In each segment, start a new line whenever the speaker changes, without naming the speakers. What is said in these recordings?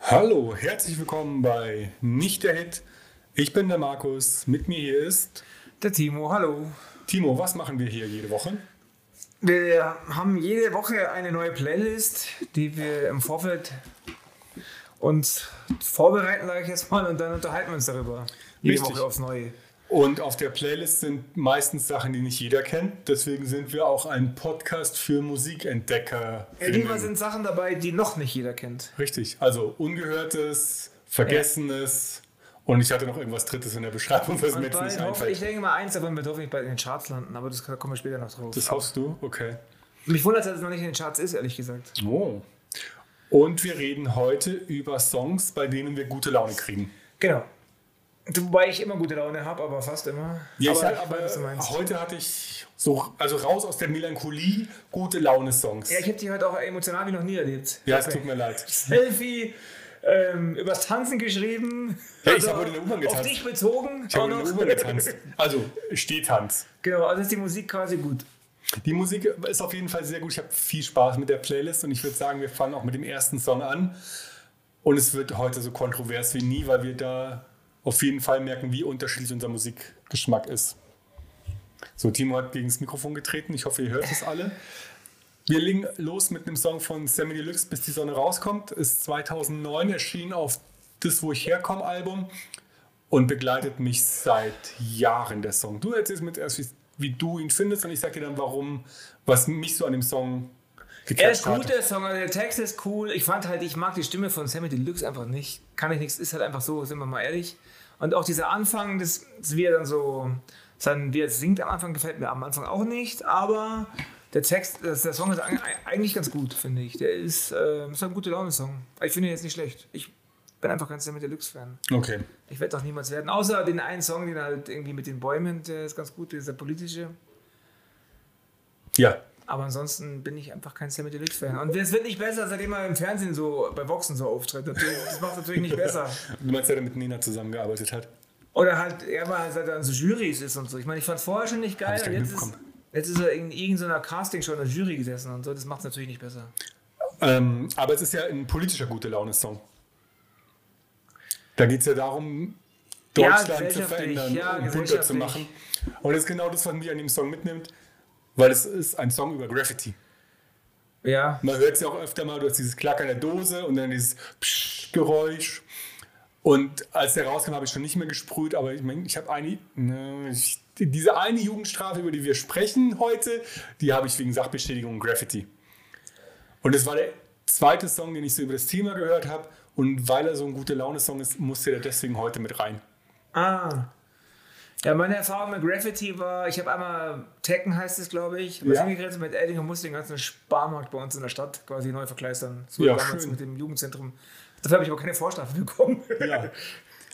Hallo, herzlich willkommen bei Nicht der Hit. Ich bin der Markus, mit mir hier ist
Der Timo, hallo.
Timo. Was machen wir hier jede Woche?
Wir haben jede Woche eine neue Playlist, die wir im Vorfeld uns vorbereiten, sage ich jetzt mal, und dann unterhalten wir uns darüber. Jede
Richtig. Genau.
Woche aufs Neue.
Und auf der Playlist sind meistens Sachen, die nicht jeder kennt. Deswegen sind wir auch ein Podcast für Musikentdecker.
Ja, diesmal sind Sachen dabei, die noch nicht jeder kennt.
Richtig, also Ungehörtes, Vergessenes und ich hatte noch irgendwas Drittes in der Beschreibung, was mir
Und
jetzt nicht
bald, hoffe, ich
einfällt.
denke mal eins, aber wir dürfen nicht bald in den Charts landen, aber das kommen wir später noch drauf.
Das hoffst du? Okay.
Mich wundert, dass es noch nicht in den Charts ist, ehrlich gesagt.
Oh. Und wir reden heute über Songs, bei denen wir gute Laune kriegen.
Genau. Wobei ich immer gute Laune habe, aber fast immer.
Ja, aber, ich
ich
äh,
weiß, was du
aber
meinst.
heute hatte ich so, also raus aus der Melancholie, gute Laune-Songs.
Ja, ich habe dich heute auch emotional wie noch nie erlebt.
Ja, es tut mir leid.
Selfie, ähm, übers Tanzen geschrieben. Also
Ja, ich hab heute in der U-Bahn
Auf
getanzt.
dich bezogen.
Ich habe in der U-Bahn getanzt. Also Stehtanz.
Genau, also ist die Musik quasi gut.
Die Musik ist auf jeden Fall sehr gut. Ich habe viel Spaß mit der Playlist und ich würde sagen, wir fangen auch mit dem ersten Song an. Und es wird heute so kontrovers wie nie, weil wir da auf jeden Fall merken, wie unterschiedlich unser Musikgeschmack ist. So, Timo hat gegen das Mikrofon getreten. Ich hoffe, ihr hört es alle. Wir legen los mit einem Song von Sammy Deluxe, bis die Sonne rauskommt. Ist 2009 erschienen auf das Wo ich herkomme Album und begleitet mich seit Jahren der Song. Du erzählst mir jetzt erst, wie, wie du ihn findest und ich sag dir dann, warum, was mich so an dem Song
Er ist
gecatcht
gut,
hat.
der Song, also der Text ist cool. Ich fand halt, ich mag die Stimme von Sammy Deluxe einfach nicht. Kann ich nichts, ist halt einfach so, sind wir mal ehrlich. Und auch dieser Anfang, das, das wie er dann so, sein, wie er singt am Anfang, gefällt mir am Anfang auch nicht, aber der Text, das, der Song ist eig- eigentlich ganz gut, finde ich. Der ist, äh, ist ein guter Laune-Song. Ich finde ihn jetzt nicht schlecht. Ich bin einfach ganz Sammy Deluxe-Fan.
Okay.
Ich werde doch niemals werden. Außer den einen Song, den er halt irgendwie mit den Bäumen, der ist ganz gut, dieser politische.
Ja.
Aber ansonsten bin ich einfach kein Sammy Deluxe-Fan. Und es wird nicht besser, seitdem er im Fernsehen so, bei Boxen so auftritt. Natürlich- Das macht natürlich nicht besser.
Du meinst, der der mit Nina zusammengearbeitet hat?
Oder halt, ja, weil er seit er in so Jurys ist und so. Ich meine, ich fand vorher schon nicht
Hab
geil.
ich
Und
gar nicht
jetzt, ist, jetzt ist er in irgendeiner Castingshow in der Jury gesessen und so. Das macht es natürlich nicht besser.
Ähm, aber es ist ja ein politischer gute Laune-Song. Da geht es ja darum, Deutschland zu
gesellschaftlich,
verändern
ja,
und bunter zu
gesellschaftlich.
machen. Und das ist genau das, was mich an dem Song mitnimmt, weil es ist ein Song über Graffiti.
Ja.
Man hört es ja auch öfter mal, du hast dieses Klackern der Dose und dann dieses Psch-Geräusch. Und als der rauskam, habe ich schon nicht mehr gesprüht, aber ich meine, ich habe eine, ne, ich, diese eine Jugendstrafe, über die wir sprechen heute, die habe ich wegen Sachbeschädigung und Graffiti. Und es war der zweite Song, den ich so über das Thema gehört habe. Und weil er so ein gute Laune-Song ist, musste der deswegen heute mit rein.
Ah. Ja, meine Erfahrung mit Graffiti war, ich habe einmal Tekken heißt es, glaube ich, was
Ja.
hingegrenzt mit Edding und musste den ganzen Sparmarkt bei uns in der Stadt quasi neu verkleistern. So
Ja,
damals
schön.
mit dem Jugendzentrum. Dafür habe ich aber keine Vorstrafe bekommen.
Ja.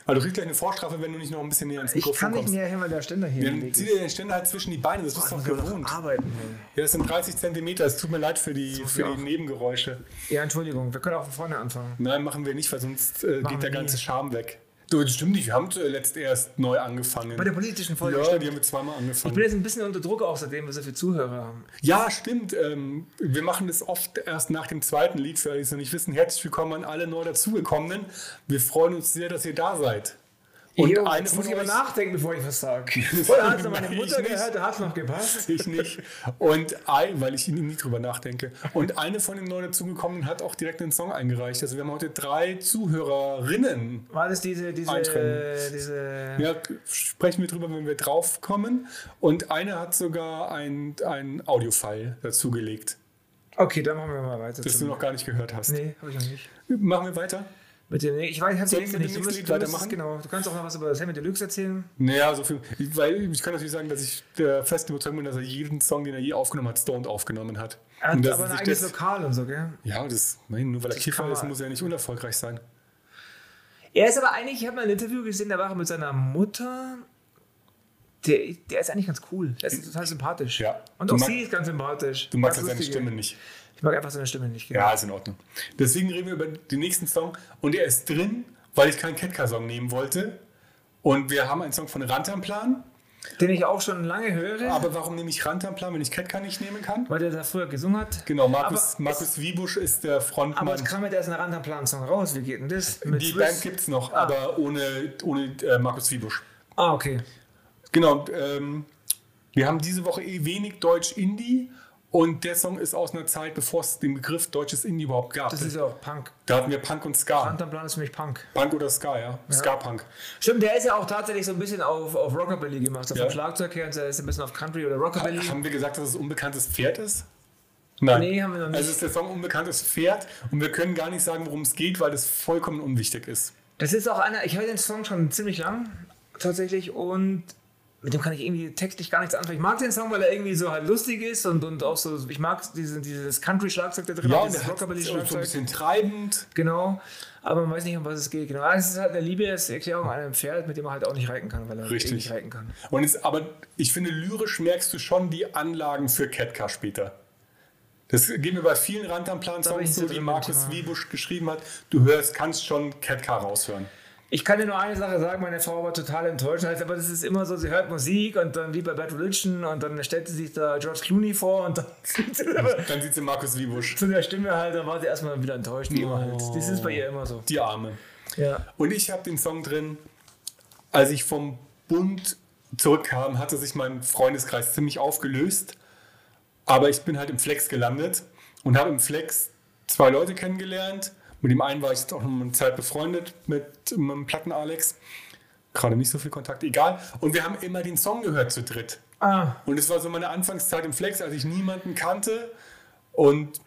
Also du kriegst gleich eine Vorstrafe, wenn du nicht noch ein bisschen näher ans
Ich kann
Mikrofon
nicht
kommst.
näher hin, weil der Ständer hier im
Dann
Weg
zieh
ist.
dir den Ständer halt zwischen die Beine, das bist du
Ich
doch
muss
gewohnt.
noch arbeiten. ey.
Ja, das sind 30 Zentimeter. Es tut mir leid für die,
muss
für
ja
die
auch.
Nebengeräusche.
Ja, Entschuldigung, wir können auch von vorne anfangen.
Nein, machen wir nicht, weil sonst äh,
Machen
geht der
wir
ganze
nie.
Charme weg. Du, das stimmt nicht. Wir haben zuletzt erst neu angefangen.
Bei der politischen Folge.
ja,
stimmt.
die haben wir zweimal
ich bin
angefangen.
jetzt ein bisschen unter Druck, auch seitdem wir so viele Zuhörer haben.
Ja, stimmt. Ähm, wir machen das oft erst nach dem zweiten Lied, für alle, die es noch nicht wissen. Herzlich willkommen an alle neu dazugekommenen. Wir freuen uns sehr, dass ihr da seid. Und
Jo,
eine
jetzt
von
muss ich aber
euch-
nachdenken, bevor ich was sage. Oder hat es noch meine
Ich
Mutter
nicht.
gehört, da hat es noch gepasst.
Ich nicht. Und ein, weil ich nie drüber nachdenke. Und eine von den neu dazugekommenen hat auch direkt einen Song eingereicht. Also wir haben heute drei Zuhörerinnen.
War das diese, diese,
Eintrennen.
diese
Ja, sprechen wir drüber, wenn wir draufkommen. Und eine hat sogar ein, ein Audiofile dazugelegt,
Okay, dann machen wir mal weiter.
das du
zum-
noch gar nicht gehört hast.
nee, habe ich noch nicht.
Machen wir weiter?
Mit dem, ich weiß, ich habe die
Sollten
Liste
wir
nicht.
dem
Du
nächsten
musst,
Lied
du musst,
weitermachen?
Genau, du kannst auch noch was über Sammy Deluxe erzählen.
Naja, so viel. Weil ich kann natürlich sagen, dass ich der festen Überzeugung bin, dass er jeden Song, den er je aufgenommen hat, stoned aufgenommen hat.
Er hat
Und dass
aber
er
ein
sich
eigenes
das-
Lokal und so, gell?
Ja, das, nein, nur weil er
Das
Kiffer
kann
ist,
man-
muss er ja nicht unerfolgreich sein.
Er ist aber eigentlich, ich habe mal ein Interview gesehen, da war er mit seiner Mutter. Der, der ist eigentlich ganz cool. Der ist total sympathisch.
Ja.
Und
Du
auch
mag-
sie ist ganz sympathisch.
Du magst ja
ganz
seine
lustige.
Stimme nicht.
Ich mag einfach seine Stimme nicht. Genau.
Ja, ist in Ordnung. Deswegen reden wir über den nächsten Song und er ist drin, weil ich keinen Ketka-Song nehmen wollte. Und wir haben einen Song von Rantanplan
Den ich auch schon lange höre,
Aber warum nehme ich Rantanplan, wenn ich Cat kann nicht nehmen kann?
weil der da früher gesungen hat.
Genau, Markus,
Aber
Markus Wiebusch ist der
Aber es
Frontmann.
kam ja erst nach anderen Plan-Song raus. Wie geht denn das? Mit
Die
Swiss?
Band gibt es Ah. noch, aber ohne, ohne äh, Markus Wiebusch.
Ah, okay.
Genau, und, ähm, wir haben diese Woche eh wenig Deutsch-Indie und der Song ist aus einer Zeit, bevor es den Begriff deutsches Indie überhaupt gab.
Das ist ja auch Punk.
da hatten wir Punk und Ska.
Anderen Plan ist für mich Punk.
Punk oder Ska, ja. Ska-Punk.
Stimmt, der ist ja auch tatsächlich so ein bisschen auf, auf Rockabilly gemacht. Auf
Ja.
dem Schlagzeug her und der ist ein bisschen auf Country oder Rockabilly.
Haben wir gesagt, dass es unbekanntes Pferd ist? Nein.
Nee, haben wir noch nicht.
Also ist der Song unbekanntes Pferd und wir können gar nicht sagen, worum es geht, weil das vollkommen unwichtig ist.
Das ist auch einer, ich höre den Song schon ziemlich lang, tatsächlich, und mit dem kann ich irgendwie textlich gar nichts anfangen. Ich mag den Song, weil er irgendwie so halt lustig ist und, und auch so, ich mag diesen, dieses Country-Schlagzeug da drin,
Ja,
auch
und
dieses
der hat so ein
Rockabilly-Schlagzeug.
bisschen treibend.
Genau, aber man weiß nicht, um was es geht. Genau, es ist halt eine Liebeserklärung an einem Pferd, mit dem man halt auch nicht reiten kann, weil er
Richtig.
eh nicht reiten kann.
Und es, aber ich finde, lyrisch merkst du schon die Anlagen für Ketka später. Das geht mir bei vielen
Da bin ich
Rantanplan-Songs
nicht
so,
so
die
drin im
Markus
Thema.
Wiebusch geschrieben hat. Du hörst, kannst schon Ketka raushören.
Ich kann dir nur eine Sache sagen, meine Frau war total enttäuscht, halt, aber das ist immer so, sie hört Musik und dann wie bei Bad Religion und dann stellt sie sich da George Clooney vor und dann
Dann sieht sie Markus Wiebusch.
zu der Stimme halt, da war sie erstmal wieder enttäuscht. Wie immer halt. Das ist bei ihr immer so.
Die Arme.
Ja.
Und ich habe den Song drin, als ich vom Bund zurückkam, hatte sich mein Freundeskreis ziemlich aufgelöst. Aber ich bin halt im Flex gelandet und habe im Flex zwei Leute kennengelernt. Mit dem einen war ich jetzt auch noch eine Zeit befreundet, mit meinem Platten Alex. Gerade nicht so viel Kontakt, egal. Und wir haben immer den Song gehört zu dritt.
Ah,
Und es war so meine Anfangszeit im Flex, als ich niemanden kannte. Und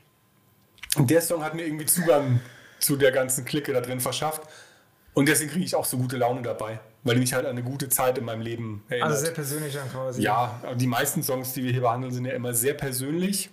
der Song hat mir irgendwie Zugang zu der ganzen Clique da drin verschafft. Und deswegen kriege ich auch so gute Laune dabei, weil die mich halt an eine gute Zeit in meinem Leben erinnert.
also sehr persönlich dann quasi.
ja, aber die meisten Songs, die wir hier behandeln, sind ja immer sehr persönlich.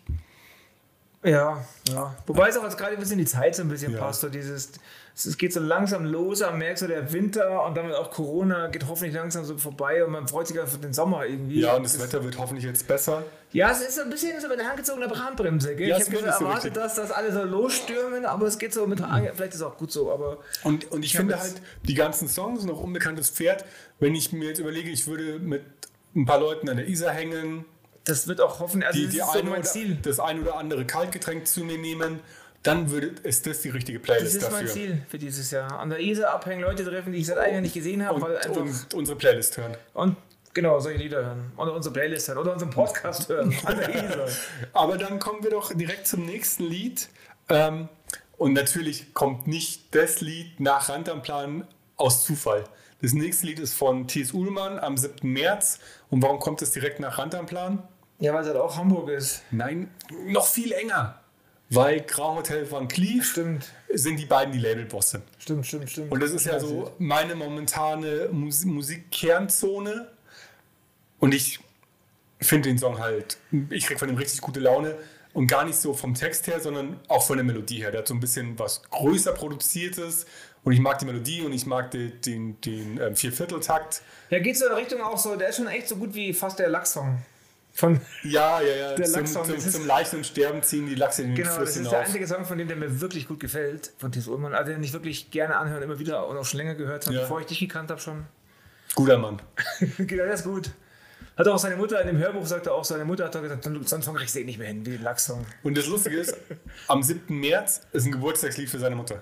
Ja, ja. Wobei es auch jetzt gerade ein bisschen die Zeit so ein bisschen
Ja.
passt. So dieses, es es geht so langsam los, am merkst du, der Winter und damit auch Corona geht hoffentlich langsam so vorbei und man freut sich auf den Sommer irgendwie.
Ja, und das Wetter wird hoffentlich jetzt besser.
ja es ist so ein bisschen so mit der handgezogene Handbremse. Gell?
Ja,
ich
es
habe
geht
so
nicht so
erwartet,
richtig.
dass das alle so losstürmen, aber es geht so mit Vielleicht ist es auch gut so, aber
Und, und ich
Ja,
finde
das-
halt, die ganzen Songs, noch unbekanntes Pferd, wenn ich mir jetzt überlege, ich würde mit ein paar Leuten an der Isar hängen,
das wird auch hoffen. Also
die,
das
die
ist so
eine
mein
oder,
Ziel.
das ein oder andere Kaltgetränk zu mir nehmen, dann würde, ist das die richtige
Das
Playlist
ist
dafür.
mein Ziel für dieses Jahr. An der Isar abhängen, Leute treffen, die ich seit einem Jahr nicht gesehen habe, weil
Und,
einfach. Und,
und unsere Playlist hören.
genau, solche Lieder hören. Oder unsere Playlist hören. Oder unseren Podcast hören. An der Isar.
Aber dann kommen wir doch direkt zum nächsten Lied. Ähm, und natürlich kommt nicht das Lied nach Rand am Plan aus Zufall. Das nächste Lied ist von T.S. Uhlmann am 7. März. Und warum kommt es direkt nach Rand am Plan?
Ja, weil es halt auch Hamburg ist.
Nein, noch viel enger. Weil Grau Hotel Van Cleef
Stimmt,
sind die beiden die Labelbosse.
stimmt, stimmt, stimmt.
Und das ist ja so meine momentane Mus Musikkernzone. Und ich finde den Song halt, ich krieg von dem richtig gute Laune. Und gar nicht so vom Text her, sondern auch von der Melodie her. Der hat so ein bisschen was größer produziertes. Und ich mag die Melodie und ich mag den, den, den ähm, Viervierteltakt.
Ja, geht so in der Richtung auch so. Der ist schon echt so gut wie fast der Lachsong. Von,
Ja, ja, ja.
Der
zum,
Lachssong,
zum,
das ist-
zum Leichen und Sterben ziehen die Lachse in den
genau,
Fluss
das ist der
hinauf.
einzige Song von dem, der mir wirklich gut gefällt. Von Tis Ullmann. Also den ich wirklich gerne anhören, immer wieder und auch schon länger gehört habe,
Ja.
bevor ich dich gekannt habe schon.
Guter Mann.
Genau, das ist gut. Hat auch seine Mutter in dem Hörbuch, sagt er auch, seine Mutter hat doch gesagt, so einen Song kriegst du eh nicht mehr hin, wie den Lachsong.
Und das Lustige ist, am 7. März ist ein Geburtstagslied für seine Mutter.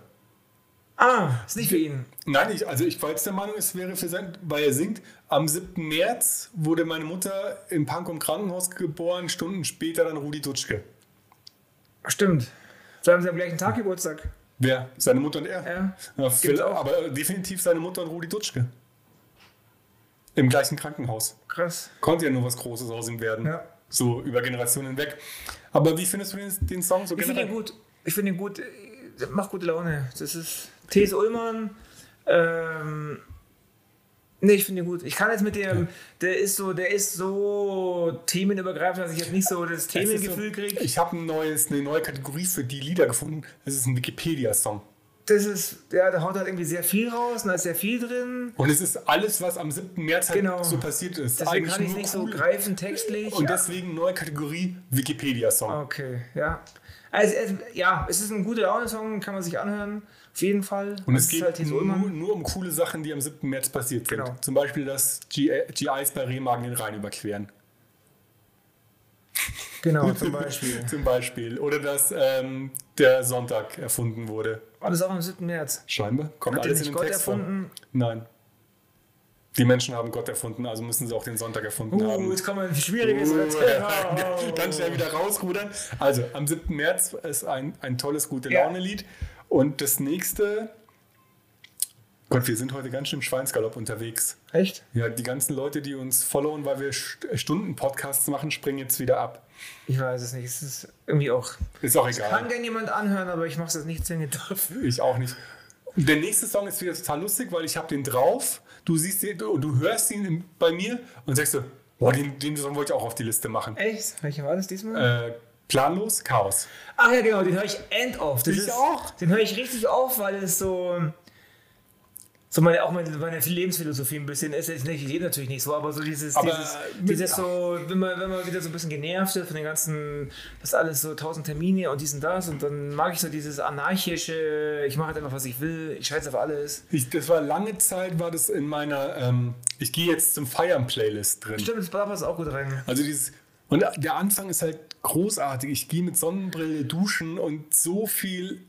Ah, ist nicht für ihn.
Nein, ich, also ich war jetzt der Meinung, es wäre für sein, weil er singt. Am 7. März wurde meine Mutter in Pankow im Krankenhaus geboren, Stunden später dann Rudi Dutschke.
Stimmt. So haben sie am gleichen Tag Geburtstag.
Wer? Seine Mutter und er?
Ja.
Ja, Phil,
auch.
aber definitiv seine Mutter und Rudi Dutschke. Im gleichen Krankenhaus.
Krass.
Konnte ja nur was Großes aus ihm werden.
Ja.
So über Generationen hinweg. Aber wie findest du den, den Song so
Ich finde ihn gut. Ich finde ihn gut. Äh, Macht gute Laune. Das ist T.S. Ullmann. Ähm, nee, ich finde ihn gut. Ich kann jetzt mit dem, der ist so, der ist so themenübergreifend, dass ich jetzt nicht so das
Es ist
Themengefühl kriege.
ich habe ein neues, eine neue Kategorie für die Lieder gefunden. Es ist ein Wikipedia-Song.
Das ist, ja, der haut halt irgendwie sehr viel raus und da ist sehr viel drin.
Und es ist alles, was am 7. März halt
Genau.
so passiert ist.
Deswegen kann ich es
nur
nicht
cool.
so greifen textlich. Ah,
Und deswegen neue Kategorie Wikipedia-Song.
Okay, ja. Also, es- ja, es ist ein guter Laune-Song, kann man sich anhören. Auf jeden Fall.
Und es
ist
geht
halt These
nur,
Ullmann.
nur um coole Sachen, die am 7. März passiert sind.
Genau.
Zum Beispiel, dass G- GIs bei Remagen den Rhein überqueren.
Genau, zum Beispiel.
Zum Beispiel. Oder dass ähm, der Sonntag erfunden wurde.
Alles auch am 7. März.
Scheinbar. Kommt
Hat den
alles in
nicht
den
Gott
Text vor.
erfunden?
Nein. Die Menschen haben Gott erfunden, also müssen sie auch den Sonntag erfunden
Uh,
haben.
jetzt genau. kommen wir in schwieriges
Uh,
Thema.
Ganz schnell wieder rausrudern. Also, am 7. März ist ein, ein tolles
Ja.
Gute-Laune-Lied. Und das nächste. Gott, wir sind heute ganz schön im Schweinsgalopp unterwegs.
Echt?
Ja, die ganzen Leute, die uns followen, weil wir St- Stunden-Podcasts machen, springen jetzt wieder ab.
Ich weiß es nicht. Es ist irgendwie auch.
Ist auch
Kann
egal.
gern jemand anhören, aber ich mache es jetzt nicht zwingend dafür.
Ich auch nicht. Der nächste Song ist wieder total lustig, weil ich habe den drauf. Du siehst den, du, du hörst ihn im- bei mir und sagst so, boah, den, den Song wollte ich auch auf die Liste machen.
Echt? Welcher war das diesmal?
Äh, planlos, Chaos.
Ach ja, genau, den höre ich end off. Das
Ich
ist,
auch.
Den höre ich richtig auf, weil es so. So meine, auch meine, meine Lebensphilosophie ein bisschen ist. Jetzt nicht, ich lebe natürlich nicht so, aber so dieses,
Aber
dieses,
mit-
dieses so, wenn man, wenn man wieder so ein bisschen genervt ist von den ganzen, das ist alles so tausend Termine und dies und das und dann mag ich so dieses anarchische, ich mache halt einfach, was ich will, ich scheiße auf alles.
Ich, das war lange Zeit, war das in meiner, ähm, ich gehe jetzt zum Feiern-Playlist drin.
Stimmt, das passt auch gut rein.
Also dieses, und der Anfang ist halt großartig. Ich gehe mit Sonnenbrille duschen und so viel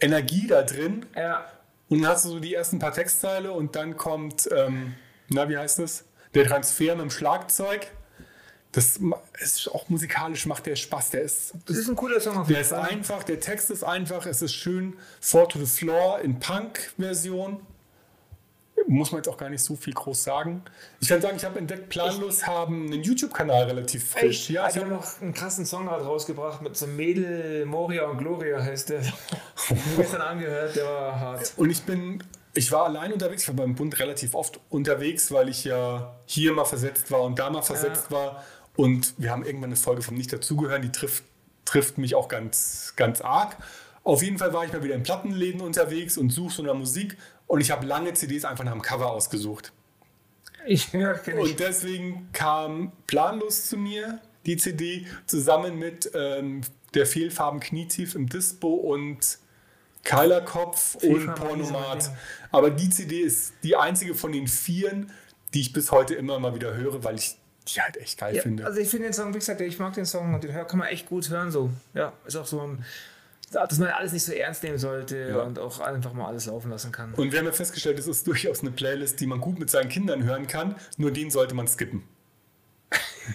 Energie da drin.
Ja,
Und dann hast du so die ersten paar Textteile und dann kommt, ähm, na, wie heißt das? Der Transfer mit dem Schlagzeug. Das ma- ist auch musikalisch, macht der Spaß. Der ist,
das ist ein cooler Song auf
der
jeden
ist
Fall.
einfach, der Text ist einfach, es ist schön. Four to the Floor in Punk-Version. Muss man jetzt auch gar nicht so viel groß sagen. Ich kann sagen, ich habe entdeckt, Planlos haben einen YouTube-Kanal relativ frisch.
Echt?
Ja,
Ja,
ich
die haben
habe
noch einen krassen Song gerade rausgebracht mit so einem Mädel, Moria und Gloria heißt der. Ich hab ihn gestern angehört, der war hart.
Genau. Und ich bin, ich war allein unterwegs, ich war beim Bund relativ oft unterwegs, weil ich ja hier mal versetzt war und da mal versetzt war. Und wir haben irgendwann eine Folge vom Nicht dazugehören, die trifft, trifft mich auch ganz, ganz arg. Auf jeden Fall war ich mal wieder in Plattenläden unterwegs und such so nach Musik. Und ich habe lange CDs einfach nach dem Cover ausgesucht.
Ich ja, kenn ich.
Und deswegen kam planlos zu mir die CD zusammen mit ähm, der Fehlfarben Knietief im Dispo und Keilerkopf und
Fehlfarben
Pornomat.
Knietief.
Aber die CD ist die einzige von den vieren, die ich bis heute immer mal wieder höre, weil ich die halt echt geil
Ja,
finde.
also ich finde den Song, wie gesagt, ich mag den Song und den hör- kann man echt gut hören so. Ja, ist auch so ein, dass man alles nicht so ernst nehmen sollte
Ja.
und auch einfach mal alles laufen lassen kann.
und wir haben ja festgestellt, es ist durchaus eine Playlist, die man gut mit seinen Kindern hören kann, nur den sollte man skippen.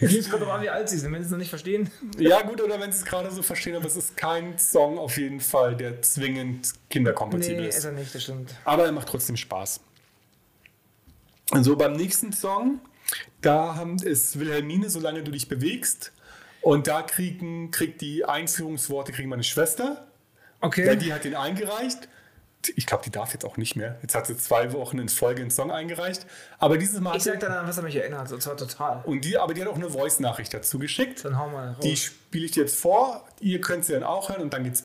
Es kommt drauf an, wie alt sie sind, wenn sie es noch nicht verstehen.
Ja, gut, oder wenn sie es gerade so verstehen, aber es ist kein Song auf jeden Fall, der zwingend kinderkompatibel
Nee,
ist.
ist er nicht, das stimmt.
Aber er macht trotzdem Spaß. So, beim nächsten Song, da haben, ist Wilhelmine, solange du dich bewegst. Und da kriegen, kriegt die Einführungsworte kriegen meine Schwester.
Okay.
Ja, die hat den eingereicht. Ich glaube, die darf jetzt auch nicht mehr. Jetzt hat sie zwei Wochen in Folge einen Song eingereicht. Aber dieses Mal hat
ich sag
sie,
dann an, was er mich erinnert, und zwar total.
und die, aber die hat auch eine Voice-Nachricht dazu geschickt.
Dann hau mal raus.
Die spiele ich dir jetzt vor. Ihr könnt sie dann auch hören und dann geht's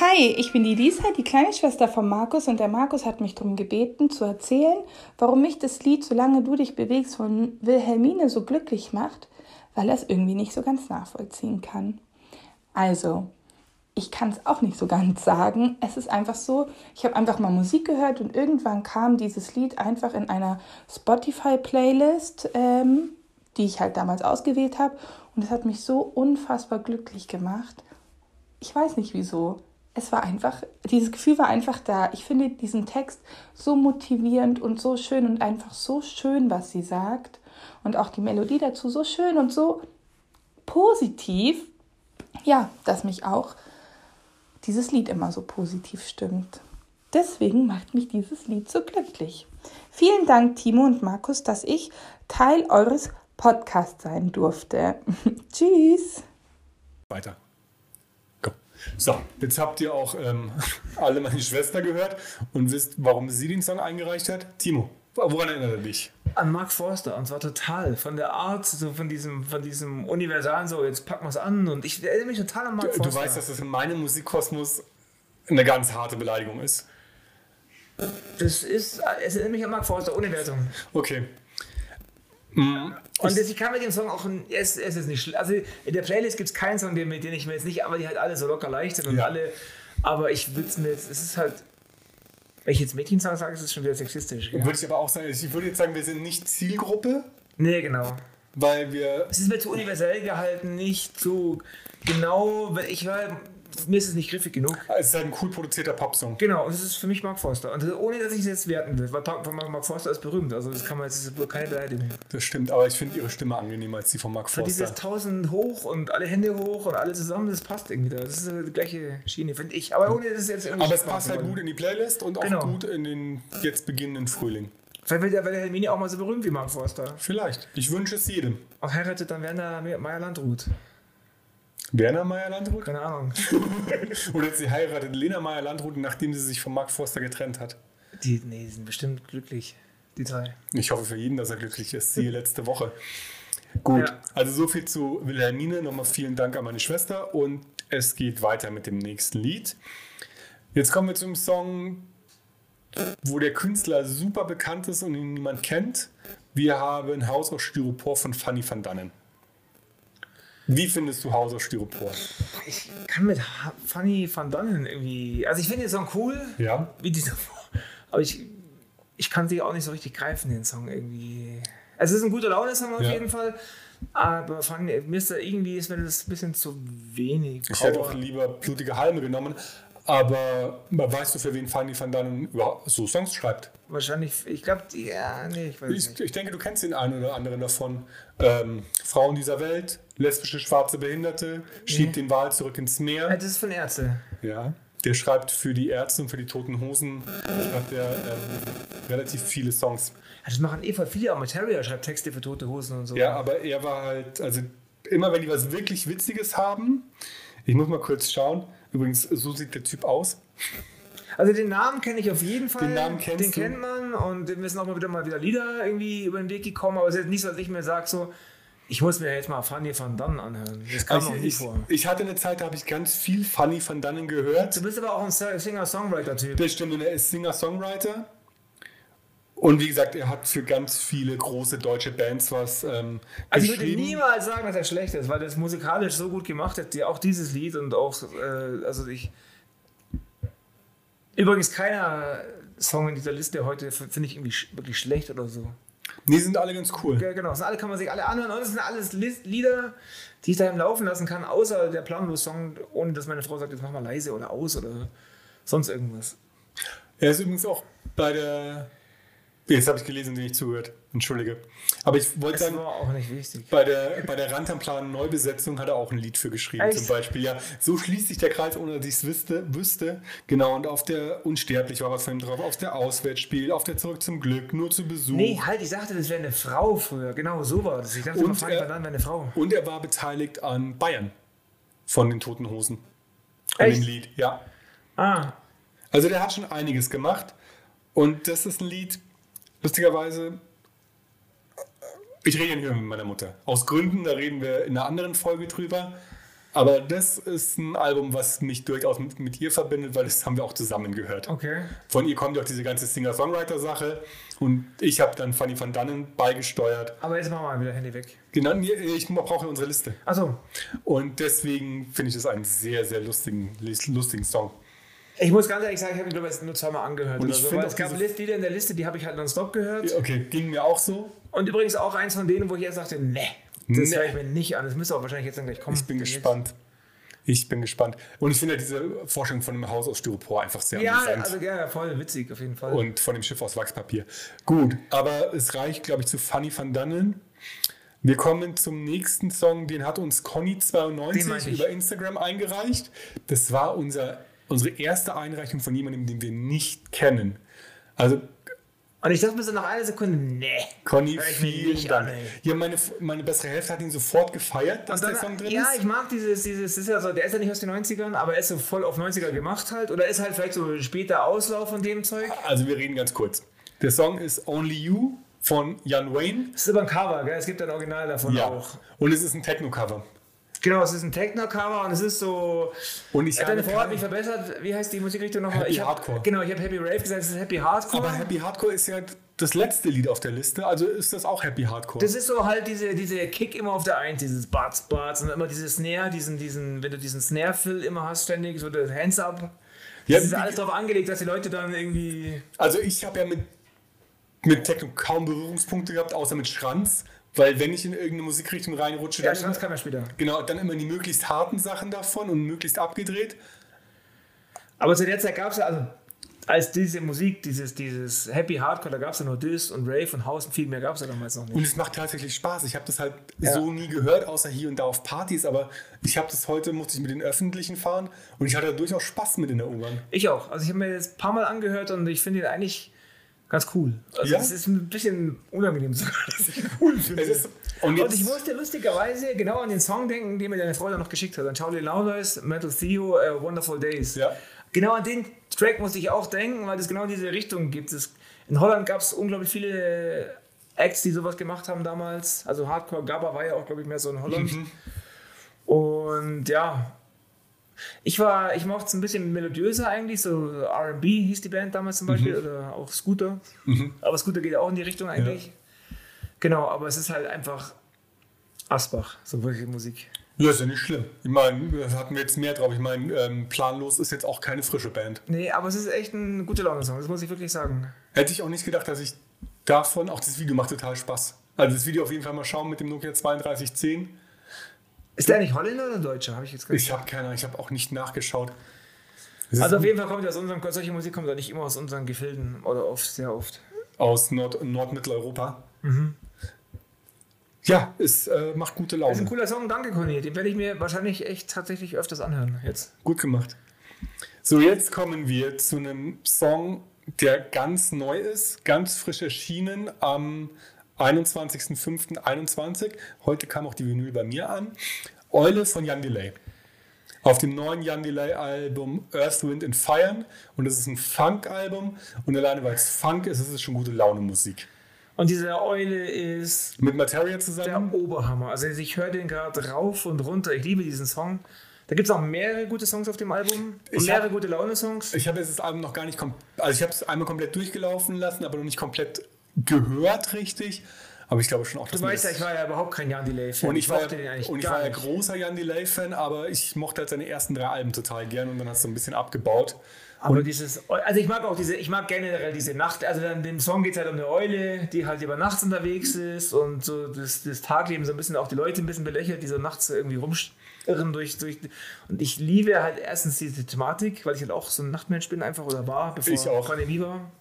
Hi, ich bin die Lisa, die kleine Schwester von Markus und der Markus hat mich darum gebeten zu erzählen, warum mich das Lied Solange du dich bewegst von Wilhelmine so glücklich macht, weil er es irgendwie nicht so ganz nachvollziehen kann. Also, ich kann es auch nicht so ganz sagen. Es ist einfach so, ich habe einfach mal Musik gehört und irgendwann kam dieses Lied einfach in einer Spotify-Playlist, ähm, die ich halt damals ausgewählt habe. Und es hat mich so unfassbar glücklich gemacht. Ich weiß nicht wieso. Es war einfach, dieses Gefühl war einfach da. Ich finde diesen Text so motivierend und so schön und einfach so schön, was sie sagt. Und auch die Melodie dazu so schön und so positiv. Ja, dass mich auch dieses Lied immer so positiv stimmt. Deswegen macht mich dieses Lied so glücklich. Vielen Dank, Timo und Markus, dass ich Teil eures Podcasts sein durfte. Tschüss!
Weiter. Go. So, jetzt habt ihr auch ähm, alle meine Schwester gehört und wisst, warum sie den Song eingereicht hat. Timo, woran erinnert er dich?
an Mark Forster und zwar total von der Art, so von diesem, von diesem universalen, so jetzt packen wir es an und ich erinnere mich total an Mark Forster.
Du weißt, dass das in meinem Musikkosmos eine ganz harte Beleidigung ist.
das ist, es erinnert mich an Mark Forster, ohne Wertung.
Okay. Mhm.
Und das, ich kann mit dem Song auch, ein- es, es ist nicht schlimm. Also in der Playlist gibt es keinen Song, den, den ich mir jetzt nicht, aber die halt alle so locker leicht sind und
Ja.
alle. Aber ich würde es mir jetzt, es ist halt, wenn ich jetzt Mädchen sage, sage, ist es schon wieder sexistisch. Ja.
Würde ich aber auch sagen, ich würde jetzt sagen, wir sind nicht Zielgruppe,
Nee, genau.
weil wir.
Es ist mir zu universell gehalten, nicht zu genau, weil ich war, mir ist es nicht griffig genug.
Es ist halt ein cool produzierter Popsong.
Genau, und es ist für mich Mark Forster. Und das- ohne, dass ich es jetzt werten will, weil Mark Mark Forster ist berühmt, also das kann man jetzt das ist wohl keine Beleidigung.
Das stimmt, aber ich finde ihre Stimme angenehmer als die von Mark
Und dieses
Forster.
1000 hoch und alle Hände hoch und alle zusammen, das passt irgendwie da. Das ist äh, die gleiche Schiene, finde ich. Aber ohne, dass es jetzt irgendwie
Aber es
schlecht
passt
machen
halt
wollen.
gut in die Playlist und auch
Genau.
gut in den jetzt beginnenden Frühling.
Vielleicht wird der, wird der Hermine auch mal so berühmt wie Mark Forster.
Vielleicht. Ich wünsche es jedem.
Und heiratet dann Werner Me- Meyer-Landrut.
Werner Meyer-Landrut?
Keine Ahnung.
Oder sie heiratet Lena Meyer-Landrut, nachdem sie sich von Mark Forster getrennt hat.
Die, nee, die sind bestimmt glücklich, die drei.
Ich hoffe für jeden, dass er glücklich ist. Siehe letzte Woche. Gut,
Ja.
also so viel zu Wilhelmine. Nochmal vielen Dank an meine Schwester und es geht weiter mit dem nächsten Lied. Jetzt kommen wir zum Song, wo der Künstler super bekannt ist und ihn niemand kennt. Wir haben Haus aus Styropor von Fanny van Dannen. Wie findest du Haus aus Styropor?
Ich kann mit Ha- Fanny van Dannen irgendwie. Also ich finde den Song cool,
Ja,
wie dieser. Aber ich, ich kann sie auch nicht so richtig greifen, den Song irgendwie. Also es ist ein guter Laune-Song auf
Ja.
jeden Fall. Aber Fanny, mir ist da irgendwie ist mir das ein bisschen zu wenig.
ich hätte auch
Power.
lieber blutige Halme genommen. Aber weißt du, für wen Fanny van Dannen überhaupt so Songs schreibt?
Wahrscheinlich, ich glaube, ja, nee, ich weiß nicht.
Ich, ich denke, du kennst den einen oder anderen davon. Ähm, Frauen dieser Welt, lesbische, schwarze Behinderte, schiebt den Wal zurück ins
Ja,
Meer.
Das ist von Ärzte.
Ja. Der schreibt für die Ärzte und für die Toten Hosen schreibt er, ähm, relativ viele Songs.
Ja, Das machen eh voll viele Amateurier, schreibt Texte für tote Hosen und so.
Ja, aber er war halt, also immer wenn die was wirklich Witziges haben, ich muss mal kurz schauen. Übrigens, so sieht der Typ aus.
Also den Namen kenne ich auf jeden Fall.
Den Namen kennst
Den
du.
kennt man und mir sind auch mal wieder mal wieder Lieder irgendwie über den Weg gekommen, aber es ist jetzt nicht so, dass ich mir sage so, ich muss mir jetzt mal Fanny van Dannen anhören. Das kam noch nie
ich,
vor.
ich hatte eine Zeit, da habe ich ganz viel Fanny van Dannen gehört.
Du bist aber auch ein Singer-Songwriter-Typ.
Bestimmt, und er ist Singer-Songwriter. Und wie gesagt, er hat für ganz viele große deutsche Bands was ähm,
Also ich würde
geschrieben.
niemals sagen, dass er schlecht ist, weil das musikalisch so gut gemacht hat, die, auch dieses Lied und auch, äh, also ich... Übrigens keiner Song in dieser Liste heute f- finde ich irgendwie sch wirklich schlecht oder so.
nee, sind alle ganz cool.
Ja, genau. Das sind alle, kann man sich alle anhören. Und es sind alles Lis- Lieder, die ich daheim laufen lassen kann, außer der Planlos-Song, ohne dass meine Frau sagt, jetzt mach mal leise oder aus oder sonst irgendwas.
Er ist übrigens auch bei der. Jetzt habe ich gelesen, den ich zugehört. Entschuldige. Aber ich wollte
Das
sagen,
war auch nicht wichtig.
bei der, bei der Rantanplan Neubesetzung hat er auch ein Lied für geschrieben,
Echt?
zum Beispiel. Ja, so schließt sich der Kreis, ohne dass ich es wüsste, wüsste. Genau, und auf der Unsterblich war was von ihm drauf, auf der Auswärtsspiel, auf der Zurück zum Glück, nur zu Besuch.
Nee, halt, ich dachte, das wäre eine Frau früher. Genau, so war das. Ich dachte,
Und,
man fragt
äh,
dann wäre eine Frau.
Und er war beteiligt an Bayern von den Toten Hosen. An
Echt?
dem Lied, ja.
Ah,
Also der hat schon einiges gemacht. Und das ist ein Lied, lustigerweise, ich rede ja nicht mehr mit meiner Mutter. Aus Gründen, da reden wir in einer anderen Folge drüber. Aber das ist ein Album, was mich durchaus mit, mit ihr verbindet, weil das haben wir auch zusammen gehört.
okay.
Von ihr kommt ja auch diese ganze Singer-Songwriter-Sache. Und ich habe dann Fanny van Dannen beigesteuert.
Aber jetzt machen wir mal wieder Handy weg.
Genau, ich brauche unsere Liste.
Achso,
Und deswegen finde ich das einen sehr, sehr lustigen, lustigen Song.
ich muss ganz ehrlich sagen, ich habe ihn, glaube ich, nur zweimal angehört.
Und
oder
ich
so,
finde
weil
auch
es gab
diese-
List- Lieder in der Liste, die habe ich halt nonstop gehört.
Okay, ging mir auch so.
Und übrigens auch eins von denen, wo ich erst dachte, nee, das
Nee.
höre ich mir nicht an. Das müsste auch wahrscheinlich jetzt dann gleich kommen.
Ne. Ich bin
Demnächst.
gespannt. Ich bin gespannt. Und ich finde ja diese Vorstellung von einem Haus aus Styropor einfach sehr
Ja,
amüsant.
also ja, voll witzig auf jeden Fall.
Und von dem Schiff aus Wachspapier. Gut, aber es reicht, glaube ich, zu Fanny van Dannen. Wir kommen zum nächsten Song, den hat uns
Den meinte
Conny92
ich.
über Instagram eingereicht. Das war unser, unsere erste Einreichung von jemandem, den wir nicht kennen. Also
Und ich dachte mir so nach einer Sekunde, ne. nee.
Conny,
Hör ich mir
vielen
nicht
Dank.
an, ey.
ja, meine, meine bessere Hälfte hat ihn sofort gefeiert, dass
Und dann,
der Song drin
ja,
ist.
ich mag dieses, dieses, ist ja so, der ist ja nicht aus den 90ern, aber er ist so voll auf 90er gemacht halt. Oder ist halt vielleicht so später Auslauf von dem Zeug.
Also wir reden ganz kurz. Der Song ist Only You von Jan Wayne.
Das ist aber ein Cover, gell? Es gibt ein Original davon
Ja.
auch.
Und es ist ein Techno-Cover.
Genau, es ist ein Techno-Cover und es ist so.
Und ich habe
Deine Frau hat mich
keine,
verbessert. Wie heißt die Musikrichtung nochmal?
Happy
ich hab,
Hardcore.
Genau, ich habe Happy Rave gesagt, es ist Happy Hardcore.
aber Happy Hardcore ist ja das letzte Lied auf der Liste, also ist das auch Happy Hardcore.
das ist so halt diese, diese Kick immer auf der Eins, dieses Bats, Bats und immer diese Snare, diesen, diesen, wenn du diesen Snare-Fill immer hast, ständig, so das Hands up.
Ja,
das ist
wie-
alles darauf angelegt, dass die Leute dann irgendwie.
Also ich habe ja mit, mit Techno kaum Berührungspunkte gehabt, außer mit Schranz, weil wenn ich in irgendeine Musikrichtung reinrutsche,
Ja,
dann,
Schranz kam ja später.
genau, dann immer die möglichst harten Sachen davon und möglichst abgedreht.
Aber zu der Zeit gab es ja, also, als diese Musik, dieses, dieses Happy Hardcore, da gab es ja nur Diss und Rave und House und viel mehr gab es ja damals noch
Und
nicht.
es macht tatsächlich Spaß. Ich habe das halt so nie gehört, außer hier und da auf Partys, aber ich habe das heute, musste ich mit den Öffentlichen fahren und ich hatte da durchaus Spaß mit in der U-Bahn.
Ich auch. Also ich habe mir jetzt ein paar Mal angehört und ich finde ihn eigentlich ganz cool. Also
Ja?
es ist ein bisschen unangenehm sogar, dass ich ihn cool finde.
Es ist- und
und ich
jetzt-
musste lustigerweise genau an den Song denken, den mir deine Frau dann noch geschickt hat. An Charlie Lauder's Metal Theo, äh, Wonderful Days.
Ja.
Genau an den Track musste ich auch denken, weil es genau diese Richtung gibt. Es, in Holland gab es unglaublich viele Acts, die sowas gemacht haben damals. Also Hardcore Gabba war ja auch, glaube ich, mehr so in Holland. Und ja, ich war, ich mochte es ein bisschen melodiöser eigentlich, so RB hieß die Band damals zum Beispiel, oder auch Scooter. Aber Scooter geht ja auch in die Richtung eigentlich. Genau, aber es ist halt einfach Asbach, so wirklich Musik.
Ja, ist ja nicht schlimm. Ich meine, da hatten wir jetzt mehr drauf. Ich meine, ähm, planlos ist jetzt auch keine frische Band.
Nee, aber es ist echt ein gute Laune-Song, das muss ich wirklich sagen.
Hätte ich auch nicht gedacht, dass ich davon, auch das Video macht total Spaß. Also das Video auf jeden Fall mal schauen mit dem Nokia 3210.
Ist der nicht Holländer oder Deutscher? Habe ich jetzt gar nicht.
Ich habe keine Ahnung, ich habe auch nicht nachgeschaut.
Also auf jeden Fall kommt aus unserem, solche Musik kommt ja nicht immer aus unseren Gefilden oder oft, sehr oft.
Aus Nord Nordmitteleuropa.
Mhm.
Ja, es äh, macht gute
Das
Laune.
ist ein cooler Song, danke Conny. Den werde ich mir wahrscheinlich echt tatsächlich öfters anhören jetzt.
Gut gemacht. So, jetzt kommen wir zu einem Song, der ganz neu ist, ganz frisch erschienen am 21.05.21. Heute kam auch die Vinyl bei mir an. Eule von Jan Delay. Auf dem neuen Jan Delay-Album Earth, Wind and Fire. Und es ist ein Funk-Album. Und alleine weil es Funk ist, ist es schon gute Laune-Musik.
Und diese Eule ist
Mit Materia
der
zusammen.
Oberhammer. Also ich höre den gerade rauf und runter. Ich liebe diesen Song. Da gibt es auch mehrere gute Songs auf dem Album. Und
Ich
mehrere
hab-
gute Laune-Songs.
Ich habe jetzt das Album noch gar nicht komplett, also ich habe es einmal komplett durchgelaufen lassen, aber noch nicht komplett gehört richtig. Aber ich glaube schon auch, dass
Du
mir
weißt ja,
das-
ich war ja überhaupt kein Jan Delay-Fan.
und ich war,
mochte den
ja,
eigentlich
und ich
gar
war ja
nicht.
großer Jan Delay-Fan, aber ich mochte halt seine ersten drei Alben total gern und dann hast du ein bisschen abgebaut.
Aber dieses, also ich mag auch diese, ich mag generell diese Nacht, also dann dem Song geht es halt um eine Eule, die halt über nachts unterwegs ist und so das, das Tagleben so ein bisschen auch die Leute ein bisschen belächelt, die so nachts so irgendwie rumirren durch, durch. Und ich liebe halt erstens diese Thematik, weil ich halt auch so ein Nachtmensch bin einfach oder war, bevor
Ich auch.
Pandemie war.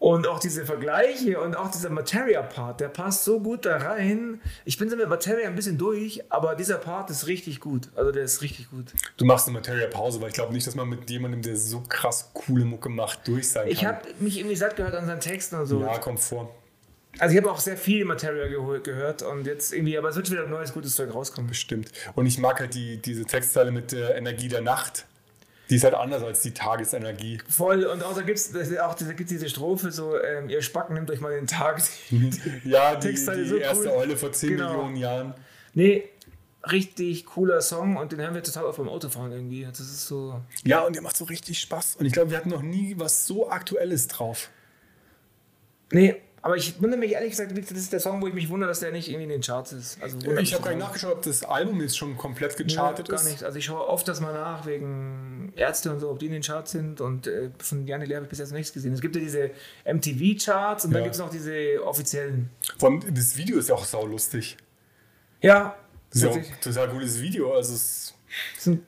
Und auch diese Vergleiche und auch dieser Materia-Part, der passt so gut da rein. Ich bin so mit Materia ein bisschen durch, aber dieser Part ist richtig gut. Also der ist richtig gut.
Du machst eine Materia-Pause, weil ich glaube nicht, dass man mit jemandem, der so krass coole Mucke macht, durch sein
Ich
kann.
habe mich irgendwie satt gehört an seinen Texten und so.
ja, kommt vor.
Also ich habe auch sehr viel Material geholt, gehört und jetzt irgendwie, aber es wird wieder neues, gutes Zeug rauskommen.
Stimmt. Und ich mag halt die, diese Textzeile mit der Energie der Nacht. Die ist halt anders als die Tagesenergie.
Voll. Und außer gibt es auch diese, gibt's diese Strophe, so, ähm, ihr Spacken nimmt euch mal den Tag.
Mhm. Ja, die,
Textzeile
die
so cool.
erste Eule vor 10
Genau.
Millionen Jahren.
nee, richtig cooler Song und den hören wir total oft beim Autofahren irgendwie. Also, Das ist so.
Ja, und der macht so richtig Spaß. Und ich glaube, wir hatten noch nie was so Aktuelles drauf.
Nee, aber ich wundere mich ehrlich gesagt, das ist der Song, wo ich mich wundere, dass der nicht irgendwie in den Charts ist. Also wundert
Ich
mich
habe gar nicht
total.
nachgeschaut, ob das Album jetzt schon komplett gechartet
Ja, gar
ist.
nicht. Also ich schaue oft das mal nach wegen Ärzte und so, ob die in den Charts sind. Und äh, von Janne Lehr habe ich bis jetzt noch nichts gesehen. Es gibt ja diese MTV-Charts und dann
Ja.
gibt es noch diese offiziellen.
Vor allem, das Video ist ja auch saulustig.
Ja.
Das ist ja auch
wirklich.
ein total cooles Video. Also es,
Das sind-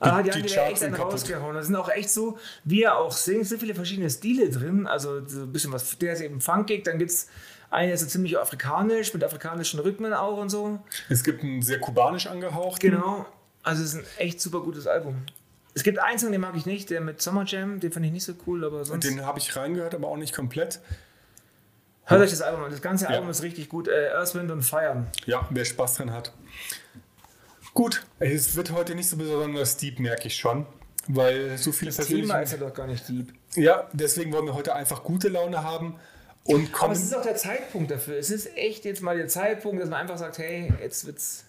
Ah,
die
die, haben die
Charts
echt
sind
einen
kaputt.
rausgehauen. Da sind auch echt so, wie er auch singt, so viele verschiedene Stile drin. Also so ein bisschen was, der ist eben funkig, dann gibt es einen, der ist so ziemlich afrikanisch, mit afrikanischen Rhythmen auch und so.
es gibt ein sehr kubanisch angehaucht.
Genau. Also es ist ein echt super gutes Album. Es gibt einen Song, den mag ich nicht, der mit Summer Jam, den fand ich nicht so cool, aber sonst.
Den habe ich reingehört, aber auch nicht komplett.
Hört euch das Album an. Das ganze Album ist richtig gut. Äh, Earth, Wind und Fire.
Ja, wer Spaß dran hat. Gut, es wird heute nicht so besonders deep, merke ich schon. Weil so viele
Thema ist
persönliche...
ja doch gar nicht deep.
Ja, deswegen wollen wir heute einfach gute Laune haben. Und
Aber
kommen,
es ist auch der Zeitpunkt dafür. Es ist echt jetzt mal der Zeitpunkt, dass man einfach sagt, hey, jetzt wird's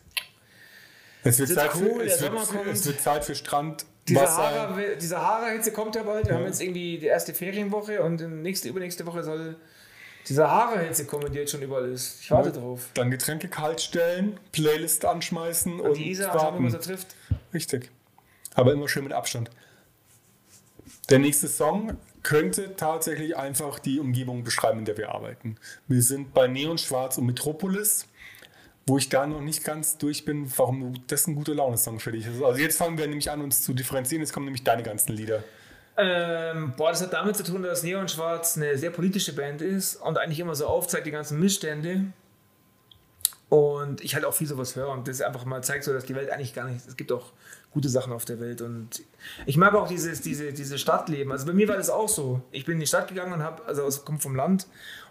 Es wird,
Es wird
Zeit,
cool,
für,
der
es,
Sommer
wird,
kommt.
es wird Zeit für Strand,
Die
Wasser.
Sahara- die Sahara-Hitze kommt ja bald. Wir
Ja.
haben jetzt irgendwie die erste Ferienwoche und in nächste, übernächste Woche soll die Sahara-Hitze kommen, die jetzt schon überall ist. Ich warte drauf.
Dann Getränke kalt stellen, Playlist anschmeißen und,
Und die Isa, schauen wir mal, was
warten.
er trifft.
Richtig. Aber immer schön mit Abstand. Der nächste Song könnte tatsächlich einfach die Umgebung beschreiben, in der wir arbeiten. Wir sind bei Neon Schwarz und Metropolis, wo ich da noch nicht ganz durch bin, warum das ein guter Laune-Song für dich ist. Also jetzt fangen wir nämlich an, uns zu differenzieren. Jetzt kommen nämlich deine ganzen Lieder.
Ähm, boah, das hat damit zu tun, dass Neon Schwarz eine sehr politische Band ist und eigentlich immer so aufzeigt, die ganzen Missstände. Und ich halt auch viel sowas höre und das einfach mal zeigt so, dass die Welt eigentlich gar nicht, es gibt auch gute Sachen auf der Welt und ich mag auch dieses, diese, diese Stadtleben. Also bei mir war das auch so. Ich bin in die Stadt gegangen und habe, also aus, komme vom Land